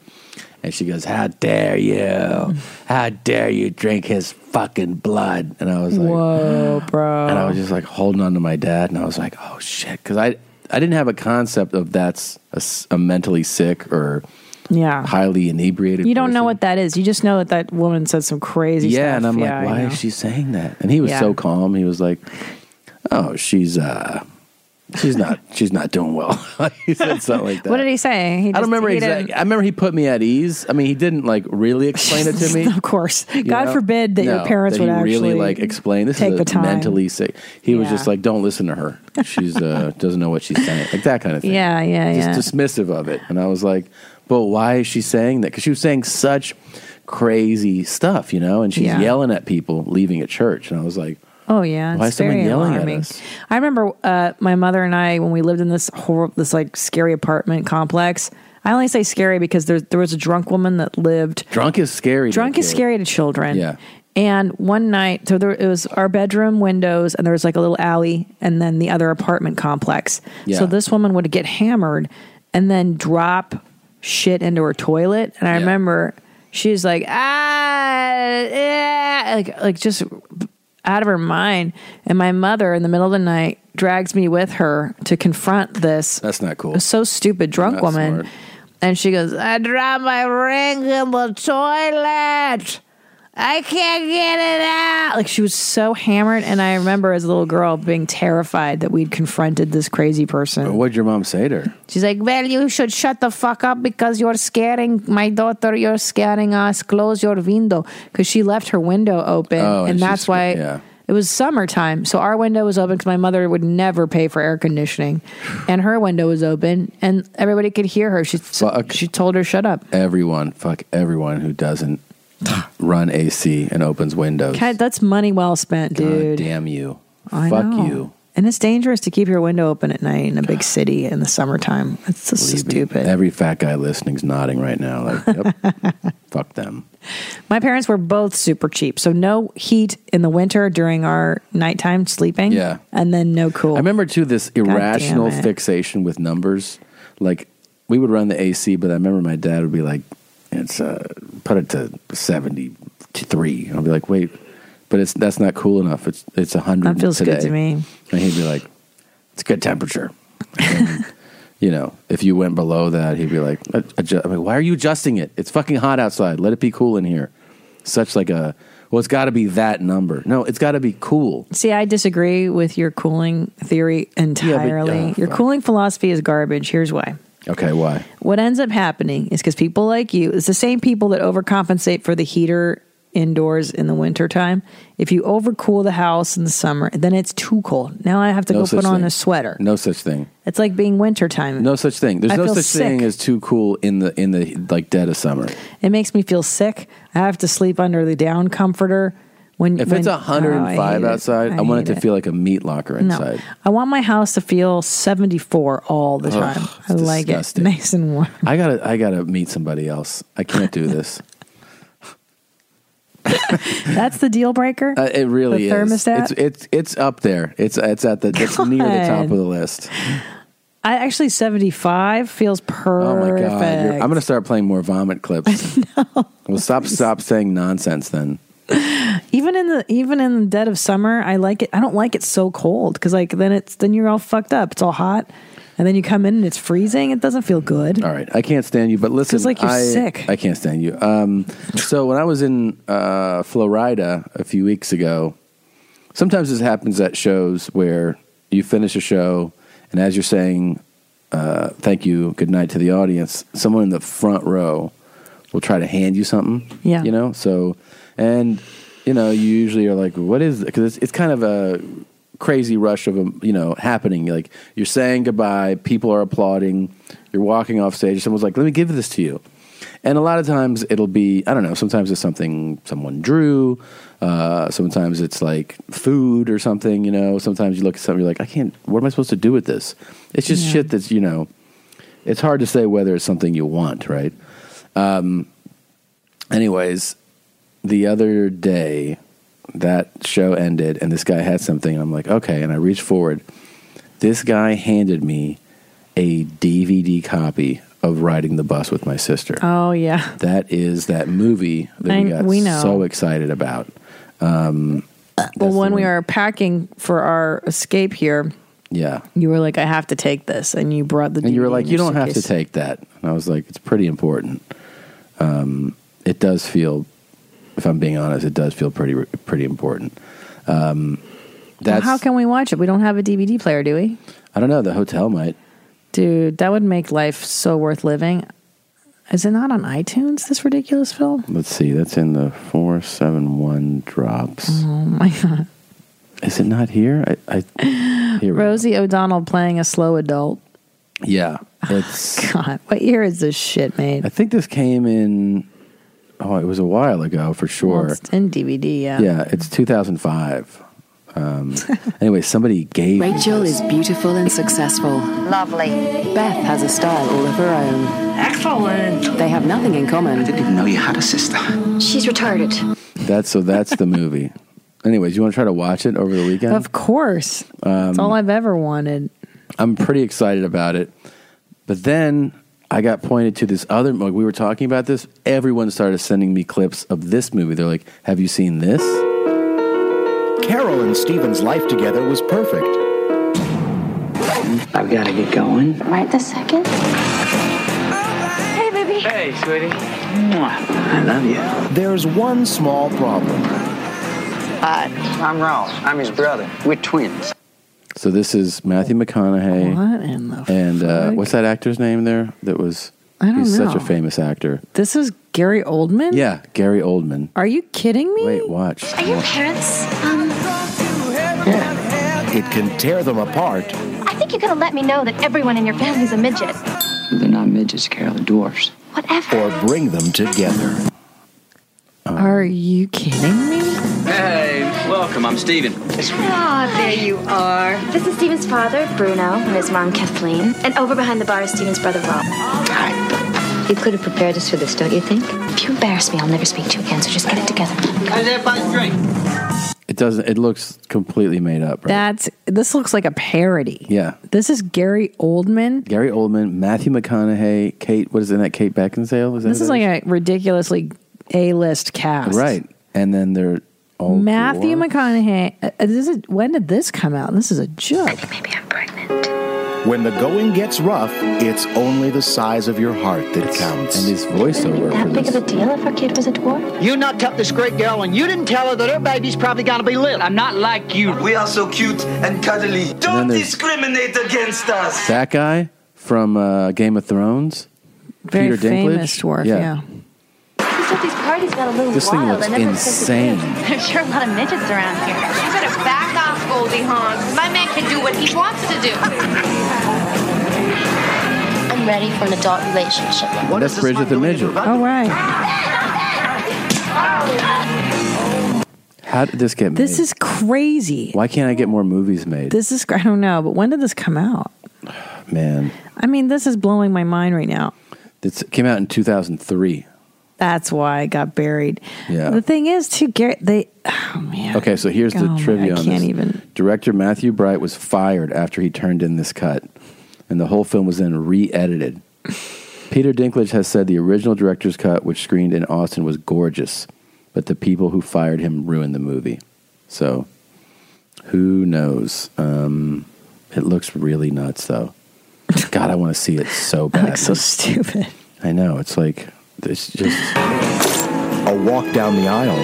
Speaker 1: And she goes, How dare you? How dare you drink his fucking blood? And I was like,
Speaker 3: Whoa, bro.
Speaker 1: And I was just like holding on to my dad. And I was like, Oh shit. Cause I, I didn't have a concept of that's a, s- a mentally sick or
Speaker 3: Yeah.
Speaker 1: highly inebriated.
Speaker 3: You don't know what that is. You just know that that woman said some crazy
Speaker 1: yeah.
Speaker 3: stuff.
Speaker 1: And I'm
Speaker 3: I
Speaker 1: like, Why
Speaker 3: know.
Speaker 1: is she saying that? And he was
Speaker 3: Yeah.
Speaker 1: so calm. He was like, Oh, she's, uh, she's not, she's not doing well. he said something like that.
Speaker 3: What did he say? He
Speaker 1: I don't remember
Speaker 3: exactly.
Speaker 1: exactly. I remember he put me at ease. I mean, he didn't like really explain it to me.
Speaker 3: Of course.
Speaker 1: you
Speaker 3: God
Speaker 1: know?
Speaker 3: forbid that your
Speaker 1: No,
Speaker 3: parents
Speaker 1: that
Speaker 3: would
Speaker 1: he
Speaker 3: actually
Speaker 1: really like explain this
Speaker 3: take
Speaker 1: is a
Speaker 3: the time.
Speaker 1: mentally sick. He was
Speaker 3: Yeah.
Speaker 1: just like, don't listen to her. She's uh, doesn't know what she's saying, like that kind of thing.
Speaker 3: Yeah, yeah, yeah.
Speaker 1: Just dismissive of it. And I was like, but why is she saying that? Because she was saying such crazy stuff, you know, and she's
Speaker 3: Yeah.
Speaker 1: yelling at people leaving a church. And I was like,
Speaker 3: Oh yeah,
Speaker 1: Why
Speaker 3: it's
Speaker 1: is someone
Speaker 3: very
Speaker 1: yelling at
Speaker 3: alarming.
Speaker 1: us?
Speaker 3: I remember uh, my mother and I when we lived in this horrible, this like scary apartment complex. I only say scary because there there was a drunk woman that lived.
Speaker 1: drunk is scary. to a
Speaker 3: Drunk is
Speaker 1: kid.
Speaker 3: scary to children.
Speaker 1: Yeah.
Speaker 3: And one night, so there it was our bedroom windows, and there was like a little alley, and then the other apartment complex.
Speaker 11: Yeah.
Speaker 3: So this woman would get hammered, and then drop shit into her toilet. And I remember she's like, ah, eh," like like just out of her mind. And my mother, in the middle of the night, drags me with her to confront this.
Speaker 1: That's not cool.
Speaker 3: So stupid, drunk
Speaker 1: Not
Speaker 3: woman.
Speaker 1: smart.
Speaker 3: And she goes, I dropped my ring in the toilet. I can't get it out. Like she was so hammered, and I remember as a little girl being terrified that we'd confronted this crazy person.
Speaker 1: What'd your mom say to her?
Speaker 3: She's like, "Well, you should shut the fuck up because you're scaring my daughter. You're scaring us. Close your window." Because she left her window open,
Speaker 1: Oh,
Speaker 3: and,
Speaker 1: and
Speaker 3: that's
Speaker 1: she's-
Speaker 3: why
Speaker 1: yeah.
Speaker 3: it was summertime. So our window was open because my mother would never pay for air conditioning, and her window was open, and everybody could hear her. She she told her, "Shut up."
Speaker 1: Everyone, fuck everyone who doesn't run AC and opens windows.
Speaker 3: God, that's money well spent, dude.
Speaker 1: Damn you.
Speaker 3: I
Speaker 1: fuck
Speaker 3: know.
Speaker 1: you.
Speaker 3: And it's dangerous to keep your window open at night in a big city in the summertime. It's so
Speaker 1: Believe me.
Speaker 3: stupid.
Speaker 1: Every fat guy listening's nodding right now. Like, yep, fuck them.
Speaker 3: My parents were both super cheap, so no heat in the winter during our nighttime sleeping.
Speaker 1: Yeah.
Speaker 3: and then no cool.
Speaker 1: I remember too this
Speaker 3: damn
Speaker 1: irrational
Speaker 3: it.
Speaker 1: fixation with numbers. Like we would run the AC, but I remember my dad would be like, "It's uh, put it to seventy three. I'll be like, "Wait, but it's that's not cool enough. It's it's hundred.
Speaker 3: That feels good to me.
Speaker 1: And he'd be like, "It's a good temperature." And, you know, if you went below that, he'd be like, adjust, I'm like, "Why are you adjusting it? It's fucking hot outside. Let it be cool in here." Such like a well, it's got to be that number. No, it's got to be cool.
Speaker 3: See, I disagree with your cooling theory entirely.
Speaker 1: oh,
Speaker 3: your cooling philosophy is garbage. Here's why.
Speaker 1: Okay, why?
Speaker 3: What ends up happening is because people like you, it's the same people that overcompensate for the heater indoors in the wintertime. If you overcool the house in the summer, then it's too cold. Now I have to
Speaker 1: No
Speaker 3: go
Speaker 1: such
Speaker 3: put on
Speaker 1: thing.
Speaker 3: a sweater.
Speaker 1: No such thing.
Speaker 3: It's like being wintertime.
Speaker 1: No such thing. There's
Speaker 3: I
Speaker 1: no
Speaker 3: feel
Speaker 1: such
Speaker 3: sick.
Speaker 1: thing as too cool in the in the like dead of summer.
Speaker 3: It makes me feel sick. I have to sleep under the down comforter. When
Speaker 1: If
Speaker 3: when,
Speaker 1: it's 105
Speaker 3: Oh, I hate it.
Speaker 1: outside, I, want
Speaker 3: hate
Speaker 1: it to feel like a meat locker inside.
Speaker 3: No, I want my house to feel 74 all the
Speaker 1: Ugh,
Speaker 3: time.
Speaker 1: it's
Speaker 3: I like
Speaker 1: disgusting.
Speaker 3: it, nice and warm.
Speaker 1: I gotta I gotta meet somebody else. I can't do this.
Speaker 3: That's the deal breaker.
Speaker 1: Uh, it really
Speaker 3: The
Speaker 1: is.
Speaker 3: thermostat?
Speaker 1: It's it's it's up there. It's it's at the it's near the top of
Speaker 3: God.
Speaker 1: the list.
Speaker 3: I actually 75 feels perfect.
Speaker 1: Oh my god! You're- I'm gonna start playing more vomit clips. Well, stop stop saying nonsense then.
Speaker 3: even in the even in the dead of summer, I like it. I don't like it so cold because like then it's then you're all fucked up. It's all hot, and then you come in and it's freezing. It doesn't feel good.
Speaker 1: All right, I can't stand you, but listen,
Speaker 3: 'Cause, like, you're
Speaker 1: I,
Speaker 3: sick.
Speaker 1: I can't stand you. Um, so when I was in uh, Florida a few weeks ago, sometimes this happens at shows where you finish a show, and as you're saying uh, "thank you," "good night" to the audience, someone in the front row will try to hand you something.
Speaker 13: Yeah.
Speaker 1: you know. So, and you know, you usually are like, "What is?" Because it's, it's kind of a crazy rush of um, you know happening. Like you're saying goodbye, people are applauding, you're walking off stage. Someone's like, "Let me give this to you," and a lot of times it'll be I don't know. Sometimes it's something someone drew. Uh, sometimes it's like food or something. You know. Sometimes you look at something, you're like, "I can't. What am I supposed to do with this?" It's just
Speaker 13: Yeah.
Speaker 1: shit that's you know. It's hard to say whether it's something you want, right? Um, anyways, the other day that show ended and this guy had something and I'm like, okay, and I reached forward. This guy handed me a DVD copy of Riding the Bus with My Sister.
Speaker 3: Oh yeah.
Speaker 1: That is that movie that
Speaker 3: I-
Speaker 1: we got
Speaker 3: we know.
Speaker 1: so excited about. Um,
Speaker 3: Well, when we were packing for our escape here,
Speaker 1: yeah.
Speaker 3: you were like, "I have to take this," and you brought the.
Speaker 1: And you were
Speaker 3: DVD
Speaker 1: like,
Speaker 3: in
Speaker 1: you
Speaker 3: your
Speaker 1: don't have to
Speaker 3: suitcase.
Speaker 1: take that. And I was like, it's pretty important. Um, it does feel, if I'm being honest, it does feel pretty, pretty important. Um,
Speaker 3: Well,
Speaker 1: that's,
Speaker 3: how can we watch it? We don't have a DVD player, do we?
Speaker 1: I don't know, the hotel might.
Speaker 3: Dude, that would make life so worth living. Is it not on iTunes? This ridiculous film.
Speaker 1: Let's see. That's in the four seven one drops.
Speaker 3: Oh my god.
Speaker 1: Is it not here? I, I here. we-
Speaker 3: Rosie O'Donnell playing a slow adult.
Speaker 1: yeah, it's.
Speaker 3: God, what year is this shit made?
Speaker 1: I think this came in. Oh, it was a while ago for sure.
Speaker 3: Well, it's in DVD, yeah.
Speaker 1: yeah, it's 2005. Um, anyway, somebody gave. me
Speaker 14: Rachel is beautiful and successful. Lovely. Beth has a style all of her own. Excellent. They have nothing in common. I didn't even know you had a sister.
Speaker 15: She's retarded.
Speaker 1: That's so. That's the movie. Anyways, you want to try to watch it over the weekend?
Speaker 11: Of course. That's all I've ever wanted.
Speaker 1: I'm pretty excited about it. But then I got pointed to this other like we were talking about this. Everyone started sending me clips of this movie. They're like, "Have you seen this?"
Speaker 16: Carol and Steven's life together was perfect. I've got to get going.
Speaker 7: Right this second. Hey, baby. Hey, sweetie.
Speaker 16: I love you. There's one small problem.
Speaker 17: Hi, I'm Ralph. I'm his brother. We're twins.
Speaker 1: So this is Matthew McConaughey.
Speaker 11: What in the
Speaker 1: and uh, what's that actor's name there? That was
Speaker 11: I don't
Speaker 1: he's
Speaker 11: know.
Speaker 1: such a famous actor.
Speaker 11: This is Gary Oldman?
Speaker 1: Yeah, Gary Oldman.
Speaker 11: Are you kidding me?
Speaker 1: Wait, watch.
Speaker 7: Are your parents? Um,
Speaker 16: It can tear them apart.
Speaker 7: I think you're gonna let me know that everyone in your family's a midget.
Speaker 16: They're not midgets, Carol. They're dwarfs. Whatever. Or bring them together.
Speaker 11: Are you kidding me?
Speaker 17: Hey, welcome. I'm Steven.
Speaker 7: Ah, there you are. This is Steven's father, Bruno, and his mom, Kathleen. And over behind the bar is Steven's brother, Rob.
Speaker 18: You could have prepared us for this, don't you think?
Speaker 7: If you embarrass me, I'll never speak to you again, so just get it together.
Speaker 17: How's everybody's drink?
Speaker 1: It doesn't. It looks completely made up. Right?
Speaker 11: That's this looks like a parody.
Speaker 1: yeah.
Speaker 11: This is Gary Oldman.
Speaker 1: Gary Oldman, Matthew McConaughey, Kate. What is it? That Kate Beckinsale. Is that
Speaker 11: This is like a ridiculously A list cast.
Speaker 1: right. And then they're all
Speaker 11: Matthew McConaughey. Uh, this is when did this come out? This is a joke.
Speaker 16: When the going gets rough, it's only the size of your heart that counts. And
Speaker 1: his voiceover.
Speaker 7: That big of a deal if our kid was a dwarf?
Speaker 17: You not kept this great girl, and you didn't tell her that her baby's probably gonna be little. I'm not like you. We are so cute and cuddly.
Speaker 1: then
Speaker 17: Don't
Speaker 1: there's-
Speaker 17: discriminate against us.
Speaker 1: that guy from uh, Game of Thrones.
Speaker 7: Very
Speaker 1: Peter Dinklage.
Speaker 7: famous dwarf, yeah. He said these parties got a little
Speaker 1: This thing
Speaker 7: wild.
Speaker 1: looks
Speaker 7: I never expected
Speaker 1: insane.
Speaker 7: this. There's sure a lot of midgets around here.
Speaker 19: You better back off, Goldie Hawn. My man can do what he wants to do.
Speaker 7: I'm ready for an adult relationship.
Speaker 1: And That's Bridget the Midget.
Speaker 11: All right.
Speaker 1: How did this get made?
Speaker 11: This is crazy.
Speaker 1: Why can't I get more movies made?
Speaker 11: This is I don't know, but when did this come out?
Speaker 1: Man,
Speaker 11: I mean, this is blowing my mind right now.
Speaker 1: this came out in 2003.
Speaker 11: That's why I got buried.
Speaker 1: Yeah.
Speaker 11: The thing is, to Gary, they
Speaker 1: Okay, so here's
Speaker 11: Oh,
Speaker 1: the
Speaker 11: man,
Speaker 1: trivia
Speaker 11: I
Speaker 1: on
Speaker 11: can't
Speaker 1: this.
Speaker 11: even-
Speaker 1: Director Matthew Bright was fired after he turned in this cut, and the whole film was then re edited. Peter Dinklage has said the original director's cut, which screened in Austin, was gorgeous, but the people who fired him ruined the movie. So, who knows? Um, it looks really nuts, though. God, I want to see it so bad.
Speaker 16: looks so
Speaker 11: stupid.
Speaker 1: I know. It's like, it's just.
Speaker 16: A walk down the aisle.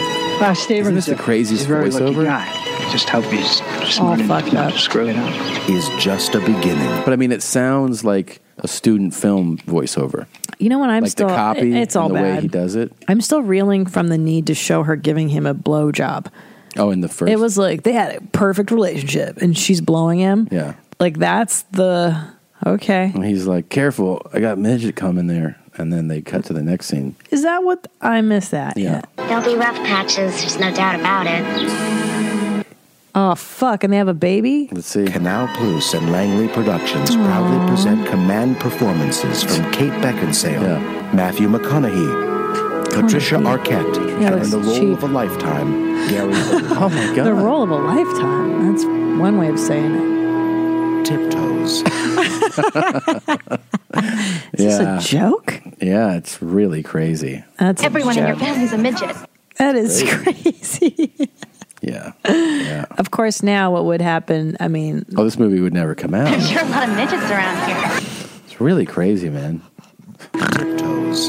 Speaker 17: Ah,
Speaker 1: Isn't
Speaker 17: Steven.
Speaker 1: this the craziest voiceover?
Speaker 17: Just hope he's
Speaker 1: smart enough fucked
Speaker 17: not to screw it up.
Speaker 1: is just a beginning. But I mean, it sounds like a student film voiceover.
Speaker 11: you know what? I'm
Speaker 1: like
Speaker 11: still
Speaker 1: the copy,
Speaker 11: It's all
Speaker 1: and the way
Speaker 11: bad.
Speaker 1: he does it.
Speaker 11: I'm still reeling from the need to show her giving him a blowjob.
Speaker 1: Oh, in the first,
Speaker 11: It was like they had a perfect relationship, and she's blowing him.
Speaker 1: yeah.
Speaker 11: Like that's the okay.
Speaker 1: And he's like, "Careful, I got midget coming there." And then they cut to the next scene.
Speaker 11: Is that what I miss that?
Speaker 1: Yeah,
Speaker 7: There'll be rough patches, there's no doubt about it.
Speaker 11: Oh fuck! And they have a baby.
Speaker 1: Let's see.
Speaker 16: Canal Plus and Langley Productions proudly present command performances from Kate Beckinsale, Matthew McConaughey, Patricia Arquette,
Speaker 11: Yeah,
Speaker 16: and in
Speaker 11: that's
Speaker 16: the role of
Speaker 11: cheap.
Speaker 16: a lifetime, Gary. oh
Speaker 1: my
Speaker 11: The role of a lifetime. That's one way of saying it.
Speaker 16: Tiptoes.
Speaker 11: Is this a joke?
Speaker 1: Yeah, it's really crazy.
Speaker 11: That's a
Speaker 7: Everyone in your
Speaker 11: joke.
Speaker 7: family's a midget.
Speaker 11: That is crazy.
Speaker 1: Yeah.
Speaker 11: Of course, now what would happen? I mean,
Speaker 1: Oh, this movie would never come out.
Speaker 7: There's sure a lot of midgets around here.
Speaker 1: It's really crazy, man. Tiptoes.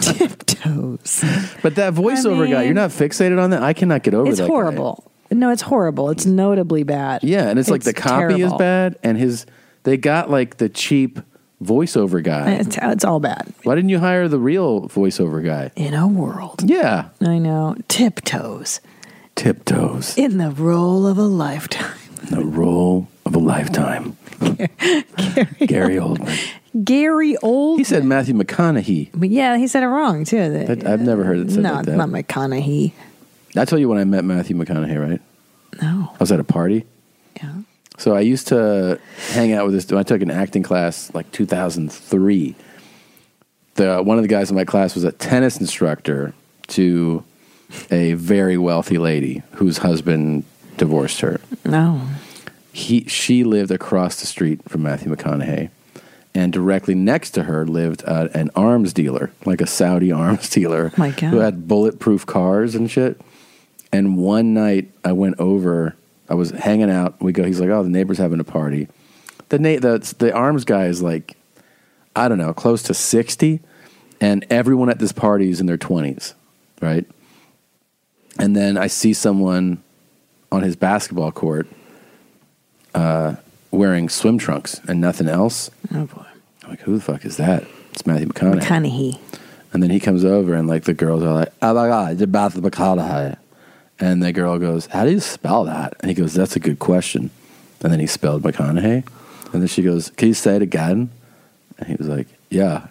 Speaker 11: Tiptoes.
Speaker 1: But that voiceover guy, you're not fixated on that. I cannot get over
Speaker 11: it's
Speaker 1: that. guy.
Speaker 11: horrible. No, it's horrible. It's notably bad.
Speaker 1: Yeah, and it's, like the copy is
Speaker 11: terrible.
Speaker 1: bad, and his they got like the cheap voiceover guy.
Speaker 11: It's, it's all bad
Speaker 1: Why didn't you hire the real voiceover guy?
Speaker 11: in a world.
Speaker 1: Yeah,
Speaker 11: I know. Tiptoes
Speaker 1: tiptoes
Speaker 11: in the role of a lifetime.
Speaker 1: the role of a lifetime. Gary Oldman.
Speaker 11: Gary Old.
Speaker 1: He said Matthew McConaughey.
Speaker 11: But yeah, he said it wrong too.
Speaker 1: That- I've never heard it said
Speaker 11: no,
Speaker 1: like
Speaker 11: it's
Speaker 1: that.
Speaker 11: not McConaughey.
Speaker 1: I tell you when I met Matthew McConaughey, right?
Speaker 11: No.
Speaker 1: I was at a party. Yeah. So I used to hang out with this. I took an acting class like 2003. The one of the guys in my class was a tennis instructor to a very wealthy lady whose husband divorced her.
Speaker 3: No.
Speaker 1: He, she lived across the street from Matthew McConaughey, and directly next to her lived uh, an arms dealer, like a Saudi arms dealer,
Speaker 3: Oh My God.
Speaker 1: who had bulletproof cars and shit. And one night, I went over. I was hanging out. We go. He's like, "Oh, the neighbor's having a party." The na- the the arms guy is like, I don't know, close to sixty, and everyone at this party is in their twenties, right? And then I see someone on his basketball court uh, wearing swim trunks and nothing else.
Speaker 3: Oh boy.
Speaker 1: I'm like, who the fuck is that? It's Matthew McConaughey.
Speaker 3: McConaughey.
Speaker 1: And then he comes over and like the girls are like, oh my god, it's Matthew McConaughey. And the girl goes, how do you spell that? And he goes, that's a good question. And then he spelled McConaughey. And then she goes, can you say it again? And he was like, yeah.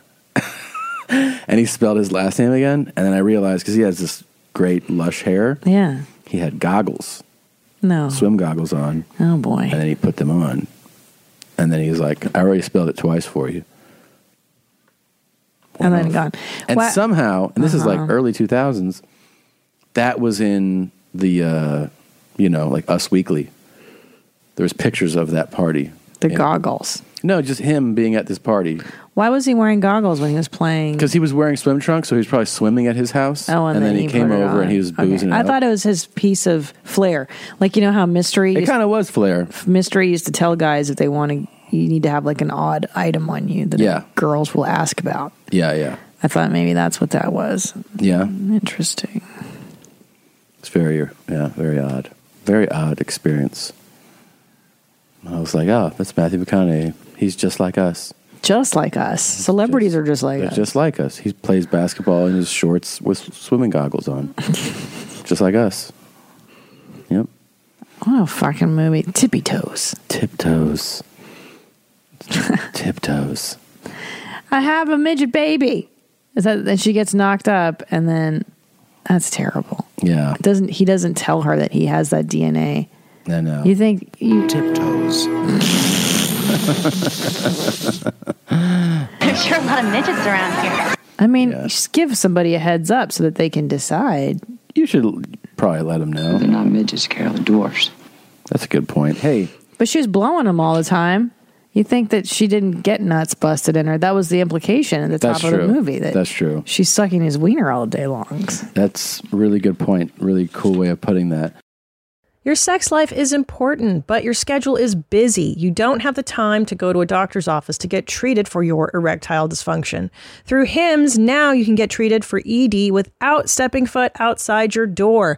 Speaker 1: and he spelled his last name again. And then I realized because he has this great lush hair,
Speaker 3: Yeah.
Speaker 1: he had goggles
Speaker 3: No.
Speaker 1: swim goggles on.
Speaker 3: Oh boy!
Speaker 1: And then he put them on, and then he was like, "I already spelled it twice for you."
Speaker 3: and then gone.
Speaker 1: And
Speaker 3: Wha-
Speaker 1: somehow, and this is like
Speaker 3: Uh-huh.
Speaker 1: early two thousands, that was in the uh, you know like Us Weekly. There was pictures of that party.
Speaker 3: The goggles.
Speaker 1: No, just him being at this party
Speaker 3: Why was he wearing goggles when he was playing?
Speaker 1: because he was wearing swim trunks, so he was probably swimming at his house.
Speaker 3: Oh, and then he
Speaker 1: came
Speaker 3: put it
Speaker 1: over
Speaker 3: on.
Speaker 1: and he was boozing.
Speaker 3: I
Speaker 1: it
Speaker 3: thought it was his piece of flair, like you know how mystery.
Speaker 1: it kind of was flair.
Speaker 3: mystery used to tell guys if they want to, you need to have like an odd item on you that
Speaker 1: Yeah.
Speaker 3: girls will ask about.
Speaker 1: Yeah, yeah,
Speaker 3: I thought maybe that's what that was.
Speaker 1: yeah.
Speaker 3: Interesting.
Speaker 1: It's very, yeah, very odd. Very odd experience. And I was like, oh, that's Matthew McConaughey. He's just like us.
Speaker 3: Just like us, celebrities are just like
Speaker 1: They're
Speaker 3: us.
Speaker 1: just like us. He plays basketball in his shorts with swimming goggles on. just like us. Yep.
Speaker 3: what a fucking movie! Tippy toes.
Speaker 1: Tiptoes. Tiptoes.
Speaker 3: I have a midget baby. Is that and she gets knocked up and then that's terrible.
Speaker 1: Yeah.
Speaker 3: Doesn't he doesn't tell her that he has that DNA.
Speaker 1: I know.
Speaker 3: You think you
Speaker 13: tiptoes.
Speaker 15: There's sure a lot of midgets around here.
Speaker 3: I mean, just give somebody a heads up so that they can decide.
Speaker 1: You should probably let him know. They're not midgets, Carol. They're dwarfs. That's a good point. Hey,
Speaker 3: But she was blowing them all the time. You think that she didn't get nuts busted in her. That was the implication at the
Speaker 1: that's
Speaker 3: top
Speaker 1: true.
Speaker 3: of the movie that
Speaker 1: that's true.
Speaker 3: she's sucking his wiener all day long.
Speaker 1: That's a really good point. Really cool way of putting that.
Speaker 11: Your sex life is important, but your schedule is busy. You don't have the time to go to a doctor's office to get treated for your erectile dysfunction. Through HIMS, now you can get treated for ED without stepping foot outside your door.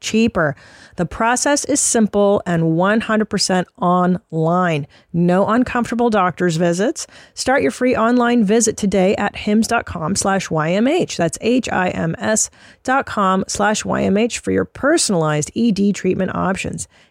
Speaker 11: cheaper. The process is simple and 100% online. No uncomfortable doctor's visits. Start your free online visit today at hims.com slash YMH. That's H-I-M-S dot com slash YMH for your personalized ED treatment options.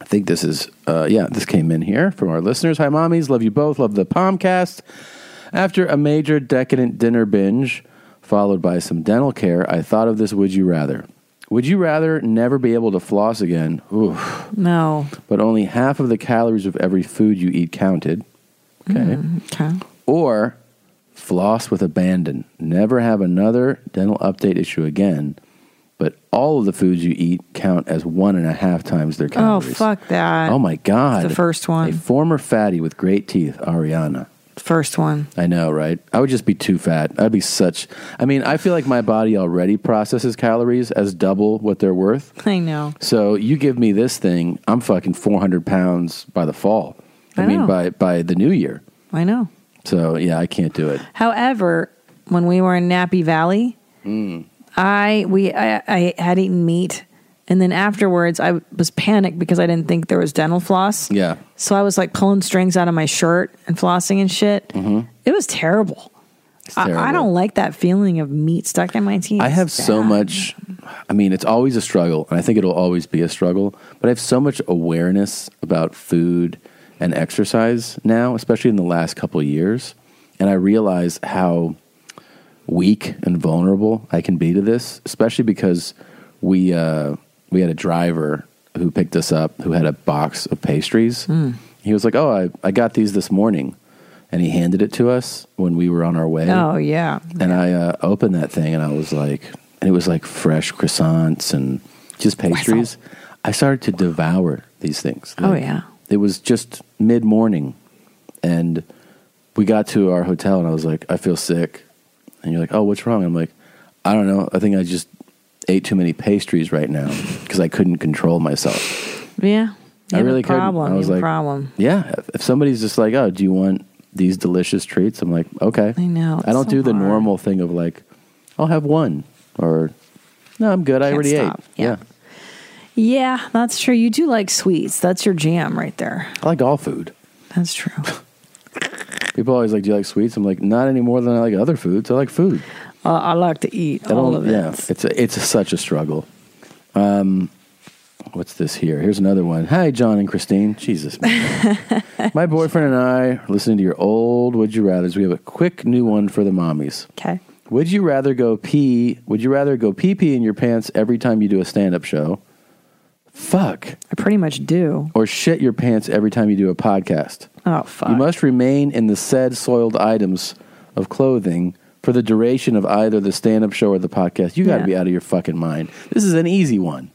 Speaker 1: I think this is, uh, yeah, this came in here from our listeners. Hi, mommies. Love you both. Love the Palmcast. After a major decadent dinner binge, followed by some dental care, I thought of this Would You Rather. Would you rather never be able to floss again? Oof.
Speaker 3: No.
Speaker 1: But only half of the calories of every food you eat counted. Okay.
Speaker 3: okay.
Speaker 1: Or floss with abandon. Never have another dental update issue again. But all of the foods you eat count as one and a half times their
Speaker 3: Oh,
Speaker 1: calories.
Speaker 3: fuck that.
Speaker 1: Oh my god!
Speaker 3: It's the first
Speaker 1: A
Speaker 3: one.
Speaker 1: former fatty with great teeth, Ariana.
Speaker 3: First one.
Speaker 1: I know, right? I would just be too fat. I'd be such. I mean, I feel like my body already processes calories as double what they're worth.
Speaker 3: I know.
Speaker 1: So you give me this thing, I'm fucking 400 pounds by the fall. I,
Speaker 3: I
Speaker 1: mean,
Speaker 3: know.
Speaker 1: by by the new year.
Speaker 3: I know.
Speaker 1: So yeah, I can't do it.
Speaker 3: However, when we were in Nappy Valley,
Speaker 1: Mm.
Speaker 3: I we I, I had eaten meat, and then afterwards I was panicked because I didn't think there was dental floss.
Speaker 1: Yeah.
Speaker 3: So I was like pulling strings out of my shirt and flossing and shit.
Speaker 1: Mm-hmm.
Speaker 3: It was terrible. I, I
Speaker 1: terrible.
Speaker 3: don't like that feeling of meat stuck in my teeth.
Speaker 1: I have so much. I mean, it's always a struggle, and I think it'll always be a struggle. But I have so much awareness about food and exercise now, especially in the last couple of years, and I realize how weak and vulnerable I can be to this, especially because we uh, we had a driver who picked us up who had a box of pastries. He was like, "Oh, I, I got these this morning," and he handed it to us when we were on our way.
Speaker 3: Oh yeah.
Speaker 1: And I uh, opened that thing and I was like, and it was like fresh croissants and just pastries. I started to devour these things.
Speaker 3: Oh, yeah.
Speaker 1: It was just mid morning. And we got to our hotel and I was like, I feel sick. And you're like, oh, what's wrong? I'm like, I don't know. I think I just ate too many pastries right now because I couldn't control myself.
Speaker 3: Yeah. You
Speaker 1: I
Speaker 3: have
Speaker 1: really
Speaker 3: a
Speaker 1: couldn't.
Speaker 3: problem.
Speaker 1: I
Speaker 3: You
Speaker 1: was
Speaker 3: have a
Speaker 1: like,
Speaker 3: problem.
Speaker 1: Yeah. If- If somebody's just like, oh, do you want these delicious treats? I'm like, okay. I
Speaker 3: know.
Speaker 1: I don't do the normal thing of like, I'll have one or no, I'm good. I
Speaker 3: Can't
Speaker 1: already
Speaker 3: stop.
Speaker 1: ate. Yeah.
Speaker 3: Yeah, that's true. You do like sweets. That's your jam right there.
Speaker 1: I like all food.
Speaker 3: That's true.
Speaker 1: People always like, do you like sweets? I'm like, not any more than I like other foods. I like food.
Speaker 3: Uh, I like to eat
Speaker 1: I don't-
Speaker 3: all of it.
Speaker 1: Yeah, it's a, it's a, such a struggle. Um, what's this here? Here's another one. Hi, John and Christine. Jesus, man. my boyfriend and I are listening to your old Would You Rather's. We have a quick new one for the mommies.
Speaker 3: Okay.
Speaker 1: Would you rather go pee? Would you rather go pee pee in your pants every time you do a stand up show? Fuck.
Speaker 3: I pretty much do.
Speaker 1: Or shit your pants every time you do a podcast.
Speaker 3: Oh fuck.
Speaker 1: You must remain in the said soiled items of clothing for the duration of either the stand up show or the podcast. You got to
Speaker 3: Yeah.
Speaker 1: be out of your fucking mind. This is an easy one.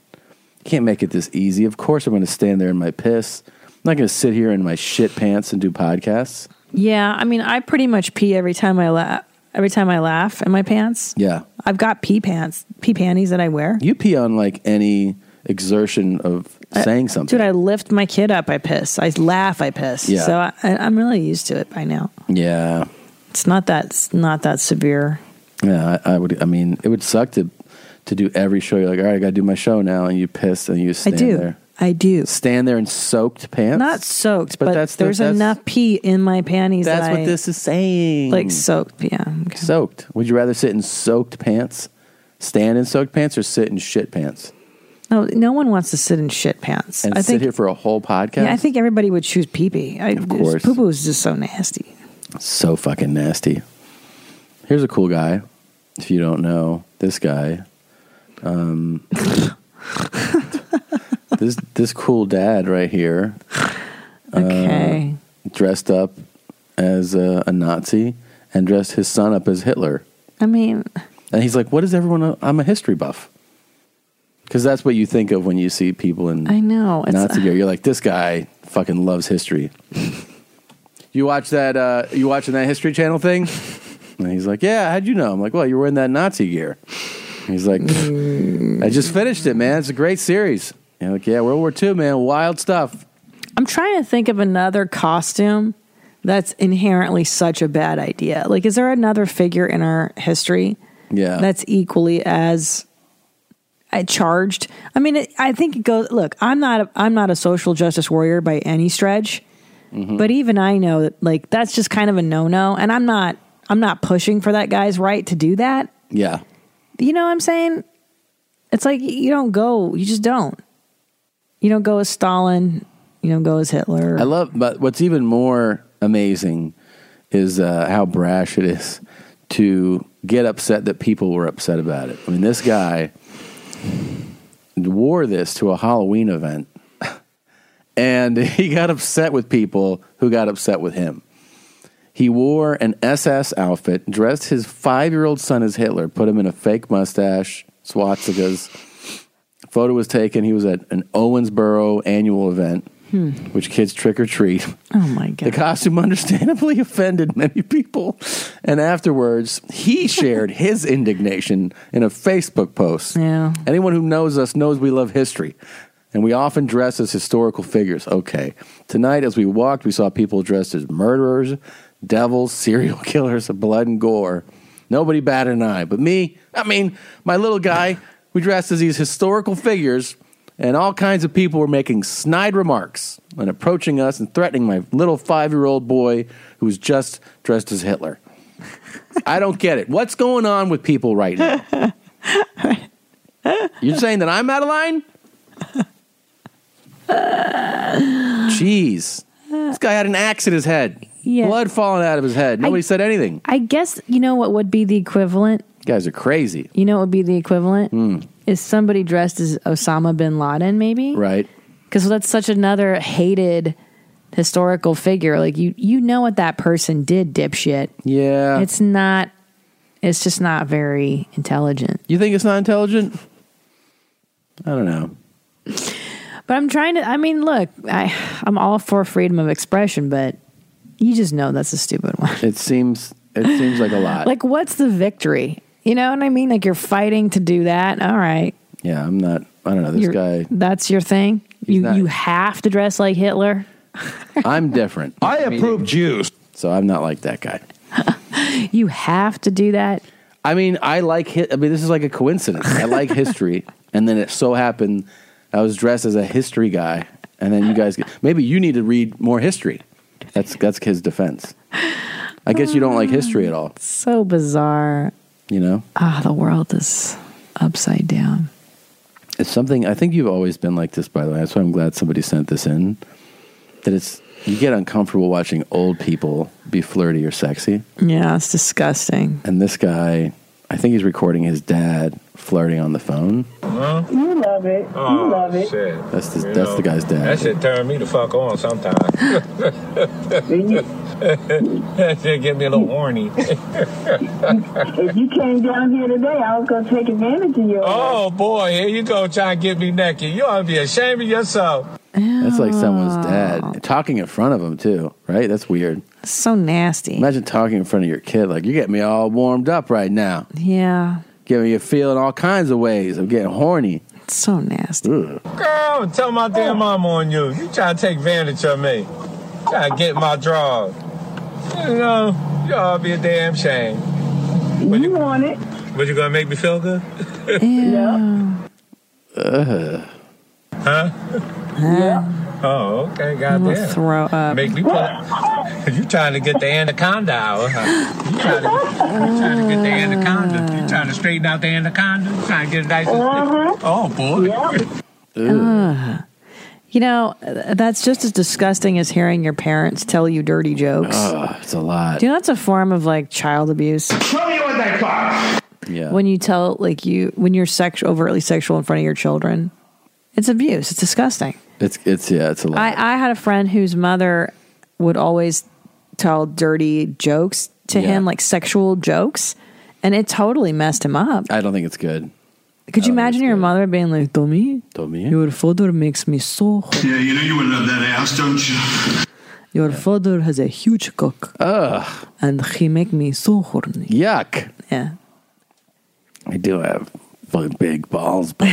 Speaker 1: Can't make it this easy. Of course, I'm going to stand there in my piss. I'm not going to sit here in my shit pants and do podcasts.
Speaker 3: Yeah, I mean, I pretty much pee every time I laugh. Every time I laugh in my pants,
Speaker 1: Yeah.
Speaker 3: I've got pee pants, pee panties that I wear.
Speaker 1: You pee on like any exertion of saying something.
Speaker 3: Uh, Dude, I lift my kid up, I piss. I laugh, I piss.
Speaker 1: Yeah.
Speaker 3: So I, I, I'm really used to it by now.
Speaker 1: Yeah.
Speaker 3: It's not that it's not that severe.
Speaker 1: Yeah, I, I would. I mean, it would suck to to do every show. You're like, all right, I got to do my show now, and you piss and you stand
Speaker 3: do.
Speaker 1: there.
Speaker 3: I do
Speaker 1: stand there in soaked pants.
Speaker 3: Not soaked, but,
Speaker 1: that's the-
Speaker 3: there's
Speaker 1: that's-
Speaker 3: enough pee in my panties.
Speaker 1: That's
Speaker 3: that
Speaker 1: what
Speaker 3: I-
Speaker 1: this is saying.
Speaker 3: Like soaked, yeah.
Speaker 1: Soaked. Would you rather sit in soaked pants, stand in soaked pants, or sit in shit pants
Speaker 3: No, no one wants to sit in shit pants.
Speaker 1: and
Speaker 3: I
Speaker 1: sit
Speaker 3: think.
Speaker 1: here for a whole podcast?
Speaker 3: yeah, I think everybody would choose pee pee. Of
Speaker 1: course.
Speaker 3: poo poo is just so nasty.
Speaker 1: so fucking nasty. Here's a cool guy. If you don't know this guy, um, this this cool dad right here, uh,
Speaker 3: Okay.
Speaker 1: dressed up as a, a Nazi and dressed his son up as Hitler.
Speaker 3: I mean,
Speaker 1: And he's like, "What is everyone? I'm a history buff." Because that's what you think of when you see people in
Speaker 3: I know. It's, uh,
Speaker 1: Nazi gear. You're like, "This guy fucking loves history." you watch that? Uh, you watching that History Channel thing? And he's like, "Yeah, how'd you know?" I'm like, "Well, you were in that Nazi gear." He's like, "I just finished it, man. It's a great series." Yeah, like, yeah, World War II, man. Wild stuff.
Speaker 3: I'm trying to think of another costume that's inherently such a bad idea. Like, is there another figure in our history
Speaker 1: Yeah.
Speaker 3: that's equally as uh, charged? I mean, it, I think it goes. Look, I'm not. A, I'm not a social justice warrior by any stretch,
Speaker 1: Mm-hmm.
Speaker 3: but even I know that like that's just kind of a no no, and I'm not. I'm not pushing for that guy's right to do that.
Speaker 1: yeah.
Speaker 3: You know what I'm saying? It's like you don't go. You just don't. You don't go as Stalin. You don't go as Hitler.
Speaker 1: I love, but what's even more amazing is uh, how brash it is to get upset that people were upset about it. I mean, this guy wore this to a Halloween event, and he got upset with people who got upset with him. He wore an SS outfit, dressed his five year old son as Hitler, put him in a fake mustache, swastikas. Photo was taken. He was at an Owensboro annual event,
Speaker 3: Hmm.
Speaker 1: which kids trick or treat.
Speaker 3: Oh my
Speaker 1: The
Speaker 3: god!
Speaker 1: costume understandably offended many people. And afterwards, he shared his indignation in a Facebook post.
Speaker 3: Yeah.
Speaker 1: Anyone who knows us knows we love history. And we often dress as historical figures. Okay. Tonight, as we walked, we saw people dressed as murderers, devils, serial killers, blood and gore. Nobody batted an eye. But me, I mean, my little guy, we dressed as these historical figures, and all kinds of people were making snide remarks and approaching us and threatening my little five year old boy who was just dressed as Hitler. I don't get it. What's going on with people right now? You're saying that I'm out of line? Jeez. This guy had an axe in his head.
Speaker 3: Yeah.
Speaker 1: Blood falling out of his head. Nobody said anything.
Speaker 3: I guess you know what would be the equivalent.
Speaker 1: You guys are crazy.
Speaker 3: You know what would be the equivalent
Speaker 1: Mm,
Speaker 3: is somebody dressed as Osama bin Laden, maybe
Speaker 1: right.
Speaker 3: because that's such another hated historical figure. Like you, you know what that person did, dipshit.
Speaker 1: Yeah,
Speaker 3: it's not. It's just not very intelligent.
Speaker 1: You think it's not intelligent? I don't know.
Speaker 3: But I'm trying to. I mean, look, I I'm all for freedom of expression, but you just know that's a stupid one.
Speaker 1: It seems it seems like a lot.
Speaker 3: Like, what's the victory? You know what I mean? Like you're fighting to do that. All right,
Speaker 1: yeah, I'm not I don't know. This
Speaker 3: You're-
Speaker 1: guy
Speaker 3: that's your thing. You you have to dress like Hitler.
Speaker 1: I'm different. I approve Jews. So I'm not like that guy.
Speaker 3: You have to do that.
Speaker 1: I mean, I like hit I mean this is like a coincidence. I like history and then it so happened I was dressed as a history guy and then you guys get, maybe you need to read more history. That's that's his defense. I guess you don't like history at all,
Speaker 3: So bizarre.
Speaker 1: you know?
Speaker 3: Ah, the world is upside down.
Speaker 1: It's something I think you've always been like this, by the way. That's why I'm glad somebody sent this in. That it's you get uncomfortable watching old people be flirty or sexy.
Speaker 3: Yeah, it's disgusting.
Speaker 1: And this guy, I think he's recording his dad flirting on the phone.
Speaker 4: You love it. You
Speaker 12: Oh,
Speaker 4: love it.
Speaker 1: That's the, that's the guy's dad.
Speaker 12: That shit turn me the fuck on sometimes. that shit give me a little horny.
Speaker 4: if you came down here today, I was gonna take advantage of uh, you.
Speaker 12: oh boy, here you go trying to get me naked. You ought to be ashamed of yourself.
Speaker 1: That's like someone's dad talking in front of him too, right? That's weird.
Speaker 3: So nasty.
Speaker 1: Imagine talking in front of your kid like you get me all warmed up right now.
Speaker 3: Yeah,
Speaker 1: Getting me a feel in all kinds of ways. I'm getting horny.
Speaker 3: It's so nasty.
Speaker 12: Girl, tell my damn
Speaker 4: Oh.
Speaker 12: mom on you. You trying to take advantage of me. Trying to get my draws. You know, you ought to be a damn shame.
Speaker 4: You, want it?
Speaker 12: What you gonna make me feel good?
Speaker 4: Yeah.
Speaker 12: Uh-huh.
Speaker 1: Ugh.
Speaker 12: Huh? Yeah. Oh, okay, goddamn.
Speaker 3: Throw up.
Speaker 12: Make me pull out. You trying to get the anaconda out, huh? You trying to, you trying to get the anaconda. You trying to straighten out the anaconda. You trying to get it nice and
Speaker 4: Uh-huh.
Speaker 12: thick. Oh, boy.
Speaker 3: Ugh. You know, th- that's just as disgusting as hearing your parents tell you dirty jokes.
Speaker 12: Uh-huh.
Speaker 1: Ugh, it's a lot.
Speaker 3: Do you know that's a form of like child abuse?
Speaker 4: Show me what they got.
Speaker 1: Yeah.
Speaker 3: When you tell like you when you're sexual overtly sexual in front of your children, it's abuse. It's disgusting.
Speaker 1: It's it's yeah, it's a lot.
Speaker 3: I, I had a friend whose mother would always tell dirty jokes to him, like sexual jokes, and it totally messed him up.
Speaker 1: I don't think it's good.
Speaker 3: Could you imagine your mother being like, Tommy, Tommy, your father makes me so hot.
Speaker 4: Yeah, you know you would love that ass, don't you?
Speaker 3: Your father has a huge cock.
Speaker 1: Ugh.
Speaker 3: And he make me so horny.
Speaker 1: Yuck.
Speaker 3: Yeah.
Speaker 1: I do have fucking big balls, but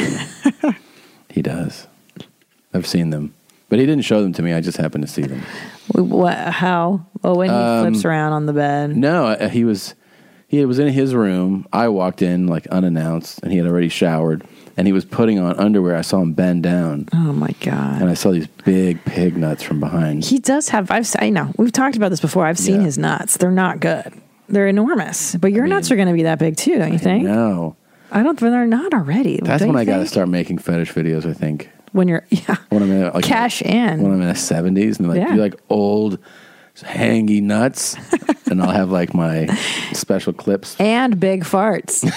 Speaker 1: he does. I've seen them, but he didn't show them to me. I just happened to see them.
Speaker 3: What? How? Oh, when he
Speaker 1: Um,
Speaker 3: flips around on the bed.
Speaker 1: No, uh, he was he was in his room. I walked in like unannounced, and he had already showered, and he was putting on underwear. I saw him bend down.
Speaker 3: Oh my god!
Speaker 1: And I saw these big pig nuts from behind.
Speaker 3: He does have. I've. se- I know we've talked about this before. I've seen his nuts. They're not good. They're enormous. But your nuts are going to be that big too, don't you think?
Speaker 1: no,
Speaker 3: I don't. They're not already.
Speaker 1: that's
Speaker 3: don't
Speaker 1: when
Speaker 3: you
Speaker 1: I got to
Speaker 3: think?
Speaker 1: start making fetish videos. I think
Speaker 3: When you're yeah,
Speaker 1: when I'm in, like
Speaker 3: cash in.
Speaker 1: when I'm in the seventies, and they're like
Speaker 3: Yeah.
Speaker 1: you like old hangy nuts, and I'll have like my special clips,
Speaker 3: and big farts.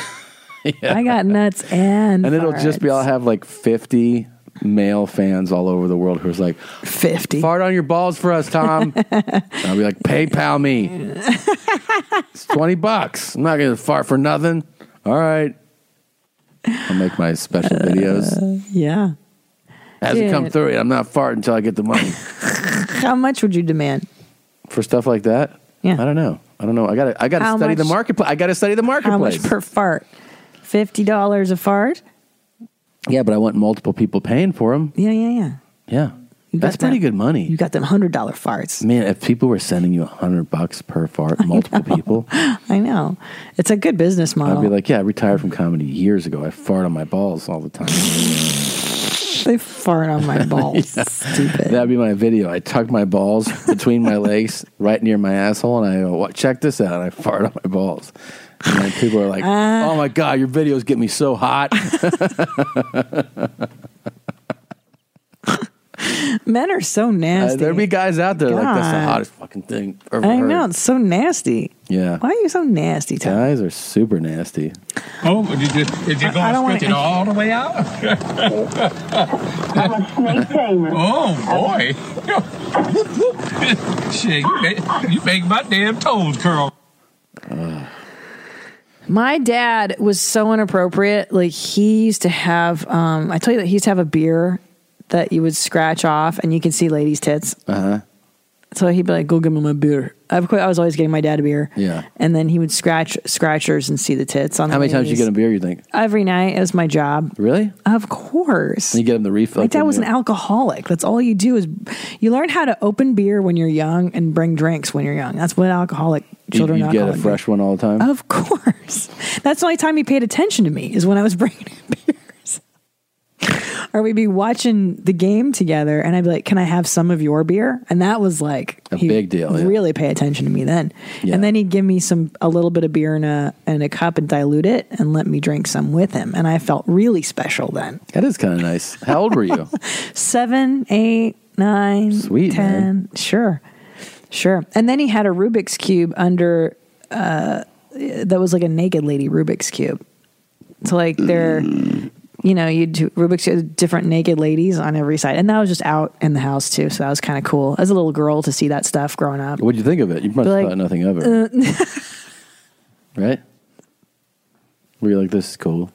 Speaker 3: I got nuts and
Speaker 1: and it'll just be
Speaker 3: farts.
Speaker 1: I'll have like fifty male fans all over the world who's like
Speaker 3: fifty
Speaker 1: fart on your balls for us, Tom. And I'll be like PayPal me, it's twenty bucks. I'm not gonna fart for nothing. All right, I'll make my special videos.
Speaker 3: yeah.
Speaker 1: As it come
Speaker 3: dude.
Speaker 1: through, I'm not farting until I get the money.
Speaker 3: How much would you demand?
Speaker 1: for stuff like that? Yeah. I don't know. I don't know. I gotta I gotta
Speaker 3: How
Speaker 1: study the
Speaker 3: much-
Speaker 1: marketplace. I gotta study the
Speaker 3: How much
Speaker 1: marketplace.
Speaker 3: per fart? Fifty dollars a fart?
Speaker 1: yeah, but I want multiple people paying for them.
Speaker 3: Yeah, yeah, yeah.
Speaker 1: Yeah. That's
Speaker 3: got
Speaker 1: pretty
Speaker 3: that-
Speaker 1: good money. You
Speaker 3: got them hundred dollar farts.
Speaker 1: Man, if people were sending you a hundred bucks per fart, multiple people,
Speaker 3: I know. It's a good business model.
Speaker 1: I'd be like, Yeah, I retired from comedy years ago. I fart on my balls all the time.
Speaker 3: they fart on my balls.
Speaker 1: Yeah. That'd be my video. I tuck my balls between my legs, right near my asshole, and I go, "What? Check this out!" And I fart on my balls. And then people are like,
Speaker 3: Uh.
Speaker 1: "Oh my god, your videos get me so hot."
Speaker 3: Men are so
Speaker 1: Uh,
Speaker 3: nasty.
Speaker 1: there'd be guys out there like that's the
Speaker 3: God.
Speaker 1: hottest fucking thing ever.
Speaker 3: I
Speaker 1: heard."
Speaker 3: know. It's so nasty.
Speaker 1: Yeah.
Speaker 3: Why are you so nasty, Tom?
Speaker 1: Guys are super nasty.
Speaker 12: Oh, did you, did you go
Speaker 3: I don't
Speaker 12: and spit it
Speaker 3: wanna-
Speaker 12: all the way out? I'm a snake tamer. Oh, boy. Shit, you make, you make my damn toes curl.
Speaker 3: My dad was so inappropriate. Like he used to have, um, I tell you that he used to have a beer that you would scratch off and you could see ladies' tits.
Speaker 1: Uh huh.
Speaker 3: So he'd be like, "Go give me my beer." Of course, I was always getting my dad a beer,
Speaker 1: Yeah.
Speaker 3: and then he would scratch scratchers and see the tits on.
Speaker 1: How
Speaker 3: the
Speaker 1: many times you
Speaker 3: ladies.
Speaker 1: get a beer? You think?
Speaker 3: Every night it was my job.
Speaker 1: Really?
Speaker 3: Of course.
Speaker 1: And you get them the refill.
Speaker 3: My dad was an
Speaker 1: didn't
Speaker 3: alcoholic. That's all you do is you learn how to open beer when you're young and bring drinks when you're young. That's what alcoholic
Speaker 1: you?
Speaker 3: children.
Speaker 1: You
Speaker 3: Oh.
Speaker 1: you get a
Speaker 3: alcoholic
Speaker 1: fresh one all the time.
Speaker 3: Of course. That's the only time he paid attention to me is when I was bringing him beers. or we'd be watching the game together and I'd be like, Can I have some of your beer? And that was like
Speaker 1: A big deal, yeah.
Speaker 3: Really pay attention to me then.
Speaker 1: Yeah.
Speaker 3: And then he'd give me some a little bit of beer in a in a cup and dilute it and let me drink some with him. And I felt really special then.
Speaker 1: That is kind of nice. How old were you?
Speaker 3: Seven, eight, nine,
Speaker 1: Sweet,
Speaker 3: ten.
Speaker 1: man.
Speaker 3: Sure, sure. And then he had a Rubik's cube under uh, that was like a naked lady Rubik's cube. So like they're, you know, you do Rubik's cube, different naked ladies on every side, and that was just out in the house too. So that was kind of cool as a little girl to see that stuff growing up.
Speaker 1: What'd you think of it? You must have
Speaker 3: Like,
Speaker 1: thought nothing of it,
Speaker 3: Uh,
Speaker 1: right? Were you like, "This is cool"?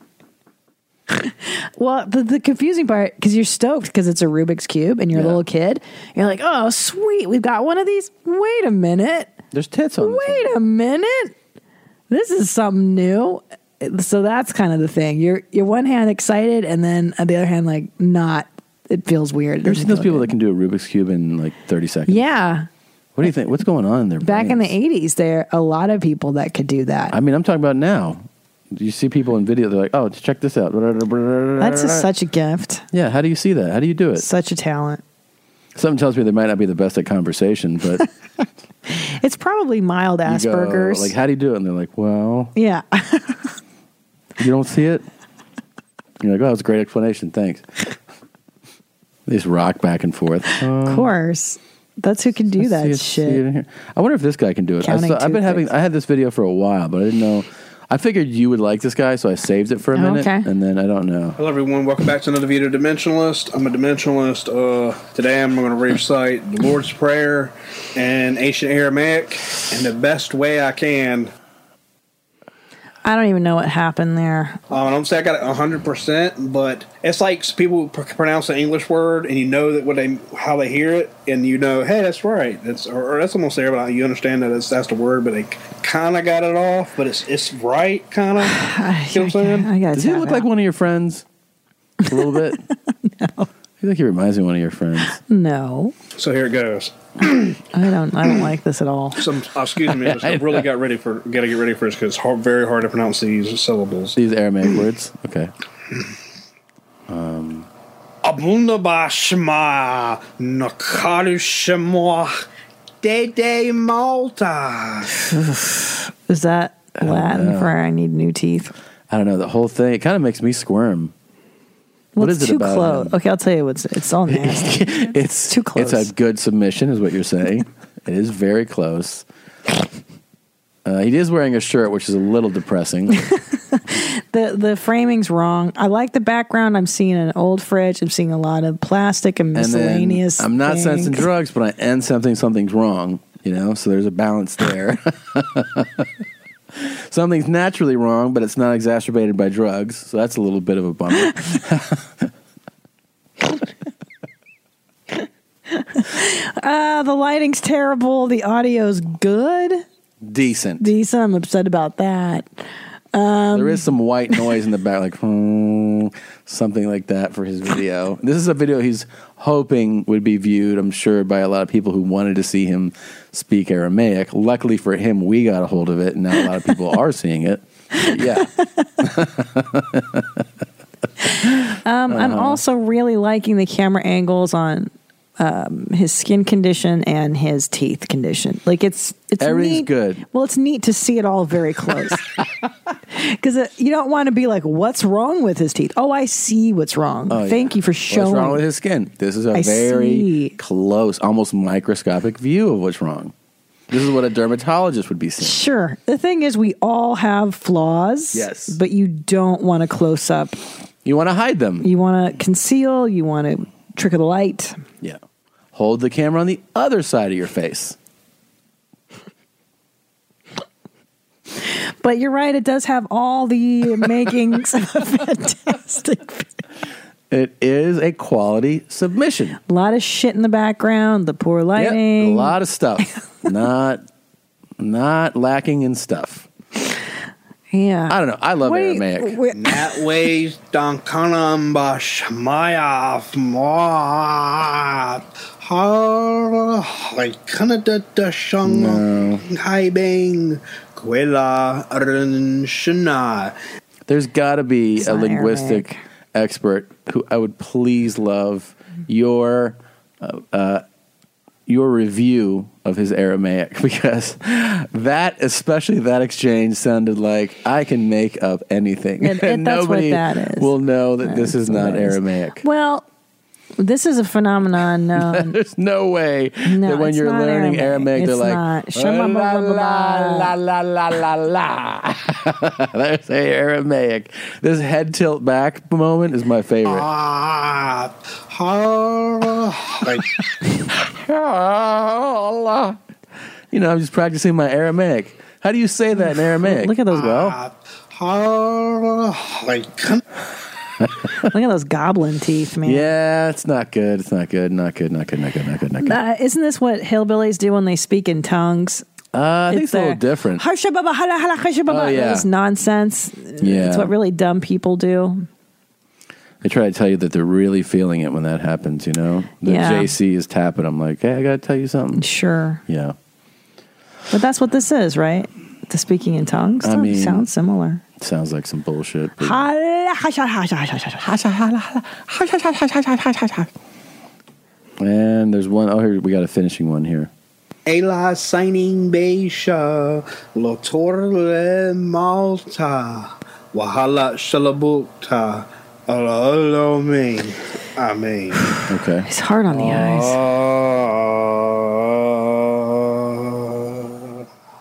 Speaker 3: Well, the, the confusing part because you're stoked because it's a Rubik's cube and you're a little kid. You're like, oh, sweet, we've got one of these. Wait a minute,
Speaker 1: there's tits on.
Speaker 3: Wait a minute, this is something new. So that's kind of the thing. You're you're one hand excited and then on the other hand like not. It feels weird.
Speaker 1: You
Speaker 3: It
Speaker 1: ever
Speaker 3: doesn't
Speaker 1: seen those
Speaker 3: feel
Speaker 1: people that can do a Rubik's cube in like thirty
Speaker 3: good.
Speaker 1: seconds?
Speaker 3: Yeah,
Speaker 1: What do you think? What's going on in there?
Speaker 3: back in the '80s, there a lot of people that could do that.
Speaker 1: I mean, I'm talking about now. You see people in video. They're like, "Oh, check this out."
Speaker 3: That's
Speaker 1: That's
Speaker 3: just such a gift.
Speaker 1: Yeah, how do you see that? How do you do it?
Speaker 3: Such a talent.
Speaker 1: Something tells me they might not be the best at conversation, but
Speaker 3: It's probably mild
Speaker 1: you go,
Speaker 3: Asperger's.
Speaker 1: like, how do you do it? And they're like, well,
Speaker 3: yeah.
Speaker 1: you don't see it. You're like, oh, that's a great explanation. Thanks. They just rock back and forth.
Speaker 3: Of
Speaker 1: Um,
Speaker 3: course. That's who can do that
Speaker 1: see it- see it in
Speaker 3: shit.
Speaker 1: here. I wonder if this guy can do it. I
Speaker 3: Counting
Speaker 1: saw, I've been having. I had this video for a while, but I didn't know. I figured you would like this guy, so I saved it for a
Speaker 16: Oh,
Speaker 1: minute,
Speaker 16: okay.
Speaker 1: and then I don't know.
Speaker 16: Hello, everyone. Welcome back to another video, Dimensionalist. I'm a Dimensionalist. Uh, today I'm going to recite the Lord's Prayer in ancient Aramaic in the best way I can.
Speaker 3: I don't even know what happened there.
Speaker 16: Uh, I don't say I got it 100%, but it's like people pr- pronounce an English word and you know that what they how they hear it, and you know, hey, that's right. That's or, or that's almost there, but you understand that it's, that's the word, but they kind of got it off, but it's it's right, kind of. you know what I'm saying?
Speaker 3: I got
Speaker 1: Does he look like one of your friends? A little bit. no. feel like he reminds me of one of your friends.
Speaker 3: No,
Speaker 16: So here it goes.
Speaker 3: I don't. I don't like this at all.
Speaker 16: Some, uh, excuse me, I really got ready for got to get ready for this because it's hard, very hard to pronounce these syllables.
Speaker 1: These Aramaic words. Okay. Um,
Speaker 16: Abundabashma Nakarushama Dede Malta.
Speaker 3: Is that Latin
Speaker 1: know.
Speaker 3: for I need new teeth?
Speaker 1: I don't know. The whole thing, it kind of makes me squirm.
Speaker 3: Well,
Speaker 1: What
Speaker 3: it's
Speaker 1: is it
Speaker 3: too
Speaker 1: about
Speaker 3: close. Okay, I'll tell you what's. It's all nasty.
Speaker 1: It's too
Speaker 3: close.
Speaker 1: It's a good submission, is what you're saying. it is very close. Uh, he is wearing a shirt, which is a little depressing.
Speaker 3: the The framing's wrong. I like the background. I'm seeing an old fridge. I'm seeing a lot of plastic and
Speaker 1: and then
Speaker 3: miscellaneous.
Speaker 1: I'm not
Speaker 3: things.
Speaker 1: sensing drugs, but I am sensing something's wrong. You know, so there's a balance there. something's naturally wrong, but it's not exacerbated by drugs. So that's a little bit of a bummer.
Speaker 3: Uh, the lighting's terrible. The audio's good,
Speaker 1: Decent.
Speaker 3: decent. I'm upset about that. Um,
Speaker 1: there is some white noise in the back, like hmm, something like that for his video. This is a video he's hoping would be viewed, I'm sure, by a lot of people who wanted to see him speak Aramaic. Luckily for him, we got a hold of it, and now a lot of people are seeing it. But yeah,
Speaker 3: Um, I'm
Speaker 1: Uh-huh.
Speaker 3: also really liking the camera angles on um, his skin condition and his teeth condition. Like it's it's
Speaker 1: Everything's
Speaker 3: neat.
Speaker 1: good.
Speaker 3: Well, it's neat to see it all very close because you don't want to be like, "What's wrong with his teeth?" Oh, I see what's wrong.
Speaker 1: Oh, yeah.
Speaker 3: Thank you for showing.
Speaker 1: What's wrong with his skin? This is a
Speaker 3: I
Speaker 1: very
Speaker 3: see.
Speaker 1: close, almost microscopic view of what's wrong. This is what a dermatologist would be seeing.
Speaker 3: Sure. The thing is, we all have flaws.
Speaker 1: Yes.
Speaker 3: But you don't want to close up.
Speaker 1: You want to hide them.
Speaker 3: You want to conceal. You want to trick of the light.
Speaker 1: Yeah. Hold the camera on the other side of your face.
Speaker 3: But you're right. It does have all the makings of a fantastic
Speaker 1: It is a quality submission.
Speaker 3: A lot of shit in the background, the poor
Speaker 1: Yep,
Speaker 3: lighting.
Speaker 1: a lot of stuff. not not lacking in stuff.
Speaker 3: Yeah.
Speaker 1: I don't know. I love Aramaic.
Speaker 16: That ways Donkanambashmaya Ma Kanada Dashung Haibang Quilla Rinshina.
Speaker 1: There's got to be
Speaker 16: It's
Speaker 1: a
Speaker 16: not
Speaker 1: linguistic expert who I would please love your uh, uh, your review of his Aramaic because that, especially that exchange, sounded like I can make up anything,
Speaker 3: And- and that's what
Speaker 1: nobody
Speaker 3: that is.
Speaker 1: will know that this is not Aramaic.
Speaker 3: Well, this is a phenomenon known.
Speaker 1: There's no way
Speaker 3: No,
Speaker 1: that when
Speaker 3: it's
Speaker 1: you're
Speaker 3: not
Speaker 1: learning Aramaic, they're
Speaker 3: Aramaic. It's
Speaker 1: like
Speaker 3: not.
Speaker 1: "La, la,
Speaker 3: Shama-
Speaker 1: la, la, la, la. There's a Aramaic. This head tilt back moment is my favorite. you know, I'm just practicing my Aramaic. How do you say that in Aramaic?
Speaker 3: Look at those-
Speaker 1: well.
Speaker 3: Look at those goblin teeth, man.
Speaker 1: Yeah, it's not good. It's not good. Not good. Not good. Not good. Not good. Not good.
Speaker 3: Uh, isn't this what hillbillies do when they speak in tongues?
Speaker 1: Uh, I think it's a little different.
Speaker 3: Harshababa, hala, hala, harshababa.
Speaker 1: Oh, yeah.
Speaker 3: It's nonsense.
Speaker 1: Yeah.
Speaker 3: It's what really dumb people do.
Speaker 1: They try to tell you that they're really feeling it when that happens, you know? The
Speaker 3: Yeah.
Speaker 1: JC is tapping. I'm like, hey, I got to tell you something.
Speaker 3: Sure.
Speaker 1: Yeah.
Speaker 3: But that's what this is, right? The speaking in tongues
Speaker 1: I
Speaker 3: stuff
Speaker 1: mean-
Speaker 3: sounds similar.
Speaker 1: Sounds like some bullshit. but-
Speaker 3: Hala, hasha, hasha, hasha, hasha, hasha, hala, hala, hasha, hasha, hasha, hasha, hasha.
Speaker 1: And there's one. Oh, here, we got a finishing one here.
Speaker 16: Ela signing Beisha Lotorle Malta Wahala Shalabukta Alolome. Amen.
Speaker 1: Okay.
Speaker 3: It's hard
Speaker 1: Oh,
Speaker 3: on the
Speaker 16: Ah. eyes.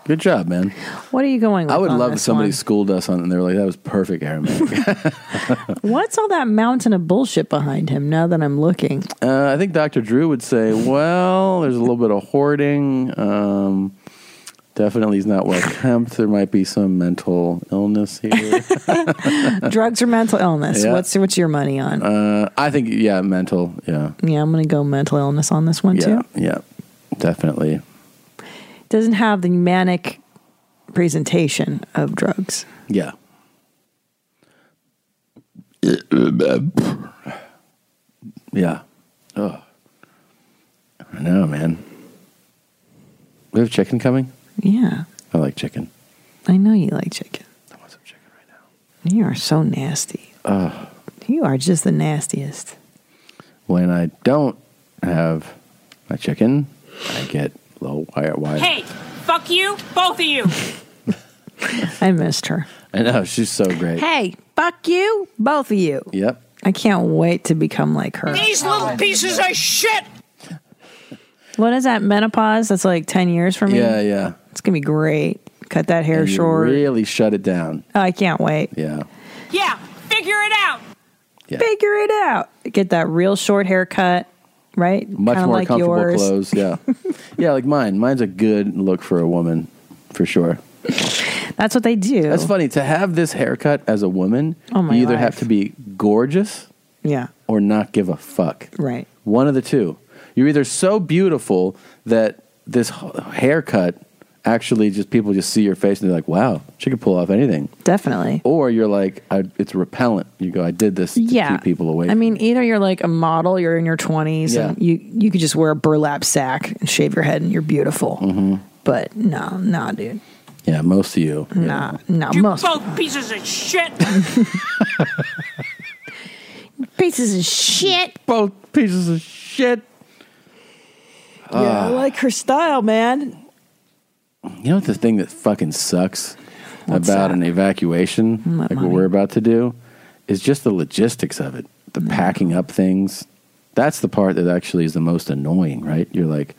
Speaker 1: Good job, man.
Speaker 3: What are you going with?
Speaker 1: I would
Speaker 3: on
Speaker 1: love if
Speaker 3: this
Speaker 1: somebody
Speaker 3: one?
Speaker 1: schooled us on it and they were like, that was perfect Aramaic.
Speaker 3: What's all that mountain of bullshit behind him now that I'm looking?
Speaker 1: uh, I think Dr. Drew would say, well, there's a little bit of hoarding. Um, definitely he's not well kempt. There might be some mental illness here.
Speaker 3: Drugs or mental illness?
Speaker 1: Yeah.
Speaker 3: What's what's your money on?
Speaker 1: uh, I think, yeah, mental. Yeah.
Speaker 3: Yeah, I'm going to go mental illness on this one
Speaker 1: Yeah.
Speaker 3: too.
Speaker 1: Yeah. Definitely.
Speaker 3: Doesn't have the manic presentation of drugs.
Speaker 1: Yeah. yeah. Oh, I know, man. We have chicken coming.
Speaker 3: Yeah,
Speaker 1: I like chicken.
Speaker 3: I know you like chicken. I want some chicken right now. You are so nasty.
Speaker 1: Oh,
Speaker 3: You are just the nastiest.
Speaker 1: when I don't have my chicken, I get low wire wire.
Speaker 20: Hey, fuck you, both of you.
Speaker 3: I missed her.
Speaker 1: I know she's so great.
Speaker 3: Hey, fuck you, both of you.
Speaker 1: Yep.
Speaker 3: I can't wait to become like her.
Speaker 20: These little pieces of shit.
Speaker 3: What is that menopause? That's like ten years for me.
Speaker 1: Yeah, yeah.
Speaker 3: It's gonna be great. Cut that hair
Speaker 1: And you
Speaker 3: short.
Speaker 1: Really shut it down.
Speaker 3: Oh, I can't wait.
Speaker 1: Yeah.
Speaker 20: Yeah, figure it out.
Speaker 3: Figure it out. Get that real short haircut, right?
Speaker 1: Much
Speaker 3: Kinda
Speaker 1: more
Speaker 3: like
Speaker 1: comfortable
Speaker 3: yours.
Speaker 1: clothes. Yeah. yeah, like mine. Mine's a good look for a woman, for sure.
Speaker 3: That's what they do.
Speaker 1: That's funny. To have this haircut as a woman,
Speaker 3: Oh, my
Speaker 1: you either
Speaker 3: life.
Speaker 1: have to be gorgeous
Speaker 3: Yeah.
Speaker 1: or not give a fuck.
Speaker 3: Right.
Speaker 1: One of the two. You're either so beautiful that this h- haircut actually just people just see your face and they're like, "Wow, she could pull off anything."
Speaker 3: Definitely.
Speaker 1: Or you're like, I, "It's repellent." You go, "I did this to
Speaker 3: Yeah.
Speaker 1: keep people away."
Speaker 3: I mean, either you're like a model, you're in your 20s, and you, you could just wear a burlap sack and shave your head and you're beautiful.
Speaker 1: Mm-hmm.
Speaker 3: But no, no, dude.
Speaker 1: yeah, most of you.
Speaker 3: Nah, no,
Speaker 20: you
Speaker 3: most
Speaker 20: both pieces of shit.
Speaker 3: pieces of shit.
Speaker 1: Both pieces of shit. Ah.
Speaker 3: Yeah, I like her style, man.
Speaker 1: You know what the thing that fucking sucks about an evacuation, like what we're about to do, is just the logistics of it. The packing up things. That's the part that actually is the most annoying, right? You're like,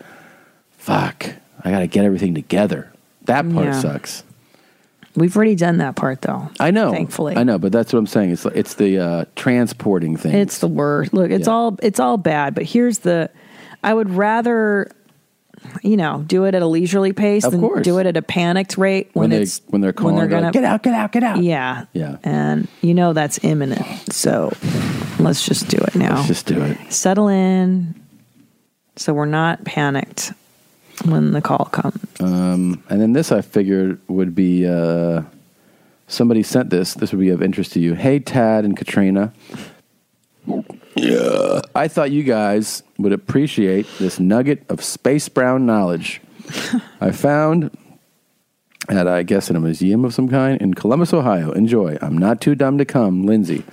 Speaker 1: fuck, I got to get everything together. That part
Speaker 3: Yeah.
Speaker 1: sucks.
Speaker 3: We've already done that part, though.
Speaker 1: I know.
Speaker 3: Thankfully.
Speaker 1: I know, but that's what I'm saying. It's, it's the uh, transporting thing.
Speaker 3: It's the worst. Look, it's
Speaker 1: Yeah.
Speaker 3: all it's all bad. But here's the, I would rather, you know, do it at a leisurely pace
Speaker 1: Of
Speaker 3: than
Speaker 1: course.
Speaker 3: do it at a panicked rate
Speaker 1: When
Speaker 3: when,
Speaker 1: they-
Speaker 3: it's
Speaker 1: when they're calling, they're like, "Get out, get out, get out."
Speaker 3: Yeah,
Speaker 1: Yeah.
Speaker 3: and you know that's imminent. So let's just do it now.
Speaker 1: Let's just do it.
Speaker 3: Settle in, so we're not panicked when the call comes.
Speaker 1: Um, and then this I figured would be uh, somebody sent this. This would be of interest to you. Hey, Tad and Katrina. Yeah. I thought you guys would appreciate this nugget of space brown knowledge. I found at, I guess, in a museum of some kind in Columbus, Ohio. Enjoy. I'm not too dumb to come, Lindsay.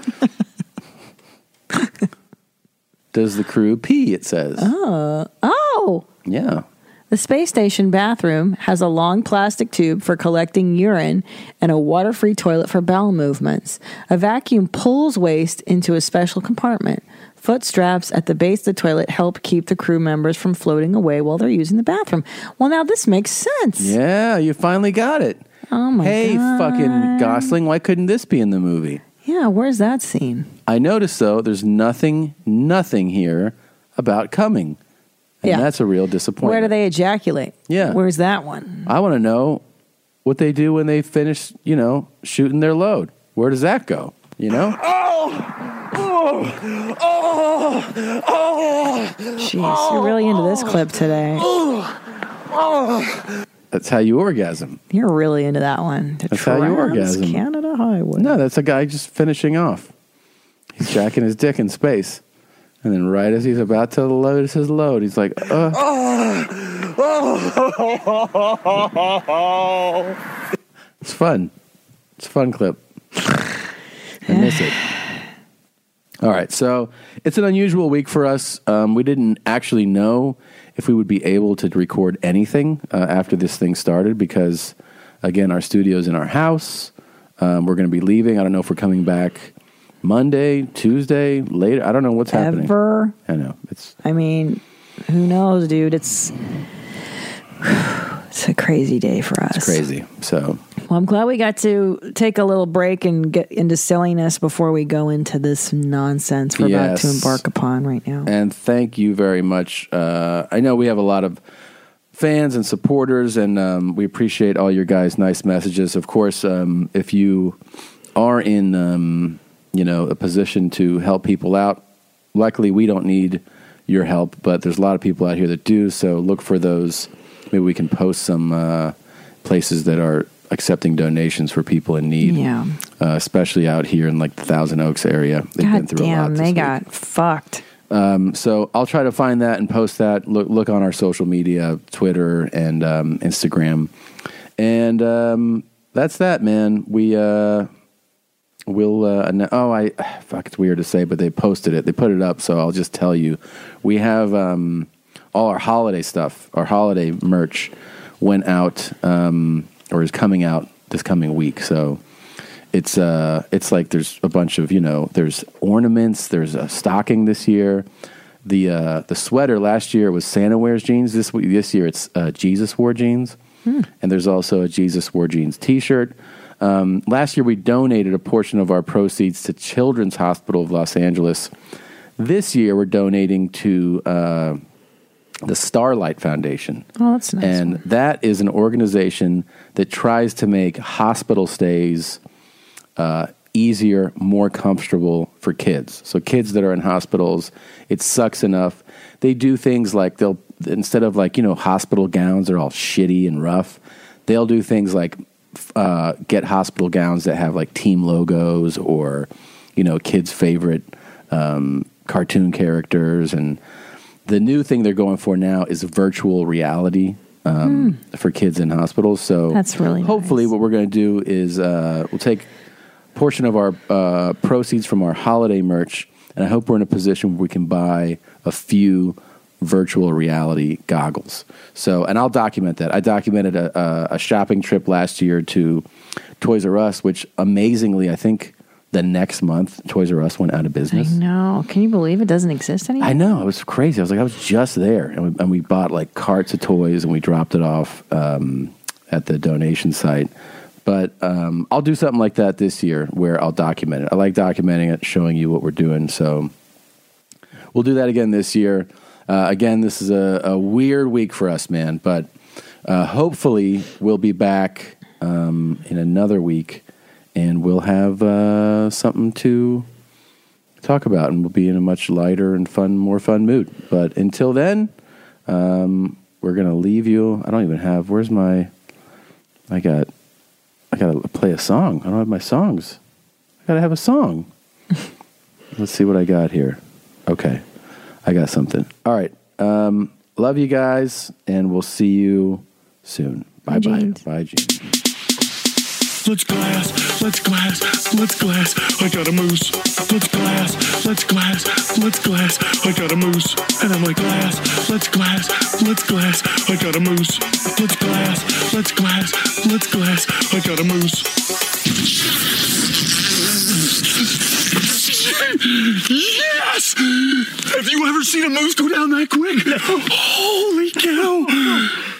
Speaker 1: Does the crew pee? It says.
Speaker 3: Oh, oh.
Speaker 1: Yeah.
Speaker 3: The space station bathroom has a long plastic tube for collecting urine and a water free toilet for bowel movements. A vacuum pulls waste into a special compartment. Foot straps at the base of the toilet help keep the crew members from floating away while they're using the bathroom. Well, now this makes sense.
Speaker 1: Yeah, you finally got it.
Speaker 3: Oh my
Speaker 1: hey,
Speaker 3: God.
Speaker 1: fucking Gosling, why couldn't this be in the movie?
Speaker 3: Yeah, where's that scene?
Speaker 1: I noticed though, there's nothing, nothing here about coming, and
Speaker 3: Yeah.
Speaker 1: that's a real disappointment.
Speaker 3: Where do they ejaculate?
Speaker 1: Yeah.
Speaker 3: Where's that one?
Speaker 1: I want to know what they do when they finish, you know, shooting their load. Where does that go? You know?
Speaker 17: Oh, oh, oh,
Speaker 3: Jeez, you're really into this clip today.
Speaker 17: oh.
Speaker 1: That's how you orgasm.
Speaker 3: You're really into that one.
Speaker 1: That's how you
Speaker 3: Trans
Speaker 1: orgasm.
Speaker 3: Canada Highway.
Speaker 1: No, that's a guy just finishing off. He's jacking his dick in space. And then right as he's about to load his load, he's like, uh,
Speaker 17: Oh.
Speaker 1: It's fun. It's a fun clip. I miss it. All right, so it's an unusual week for us. Um, we didn't actually know if we would be able to record anything uh, after this thing started because, again, our studio's in our house. Um, we're going to be leaving. I don't know if we're coming back Monday, Tuesday, later. I don't know what's happening.
Speaker 3: Ever.
Speaker 1: I know it's.
Speaker 3: I mean, who knows, dude? It's it's a crazy day for us.
Speaker 1: It's crazy. So
Speaker 3: Well, I'm glad we got to take a little break and get into silliness before we go into this nonsense we're about to
Speaker 1: Yes.
Speaker 3: embark upon right now.
Speaker 1: And thank you very much. Uh, I know we have a lot of fans and supporters, and um, we appreciate all your guys' nice messages. Of course, um, if you are in um, you know a position to help people out, luckily we don't need your help, but there's a lot of people out here that do. So look for those. Maybe we can post some uh, places that are accepting donations for people in need.
Speaker 3: Yeah.
Speaker 1: Uh, especially out here in like the Thousand Oaks area. They've been
Speaker 3: God
Speaker 1: through a lot
Speaker 3: damn,
Speaker 1: this
Speaker 3: they
Speaker 1: week.
Speaker 3: got fucked.
Speaker 1: Um, so I'll try to find that and post that. Look, look on our social media, Twitter and um, Instagram, and um, that's that, man. We uh, will. Uh, anno- oh, I fuck. It's weird to say, but they posted it. They put it up, so I'll just tell you. We have um, all our holiday stuff. Our holiday merch went out um, or is coming out this coming week. So it's uh it's like there's a bunch of you know there's ornaments there's a stocking this year the uh the sweater last year was santa wears jeans this week this year it's uh, jesus wore jeans and there's also a jesus wore jeans t-shirt um, last year we donated a portion of our proceeds to children's hospital of los angeles this year we're donating to uh, the starlight foundation
Speaker 3: Oh, that's nice.
Speaker 1: and that is an organization that tries to make hospital stays uh, easier, more comfortable for kids. So kids that are in hospitals, it sucks enough. They do things like they'll instead of like you know hospital gowns are all shitty and rough. They'll do things like f- uh, get hospital gowns that have like team logos or you know kids' favorite um, cartoon characters and the new thing they're going for now is virtual reality um, for kids in hospitals. So
Speaker 3: Hmm. That's really
Speaker 1: hopefully what we're going to do is uh, we'll take a portion of our uh, proceeds from our holiday merch, and I hope we're in a position where we can buy a few virtual reality goggles. So, and I'll document that. I documented a, a, a shopping trip last year to Toys R Us, which amazingly, I think the next month Toys R Us went out of business.
Speaker 3: I know. Can you believe it doesn't exist anymore?
Speaker 1: I know. It was crazy. I was like, I was just there, and we, and we bought like carts of toys, and we dropped it off um, at the donation site. But um, I'll do something like that this year, where I'll document it. I like documenting it, showing you what we're doing. So we'll do that again this year. Uh, again, this is a, a weird week for us, man. But uh, hopefully, we'll be back um, in another week, and we'll have uh, something to talk about, and we'll be in a much lighter and fun, more fun mood. But until then, um, we're gonna leave you. I don't even have. Where's my? I got. I gotta play a song. I don't have my songs. I gotta have a song. Let's see what I got here. Okay, I got something. All right. Um, love you guys, and we'll see you soon. Bye bye. Bye, Gene.
Speaker 21: Let's glass, let's glass, let's glass, I got a moose. Let's glass, let's glass, let's glass, I got a moose. And I'm like, glass, let's glass, let's glass, I got a moose. Let's glass, let's glass, let's glass, I got a moose. yes! Have you ever seen a moose go down that quick? Holy cow!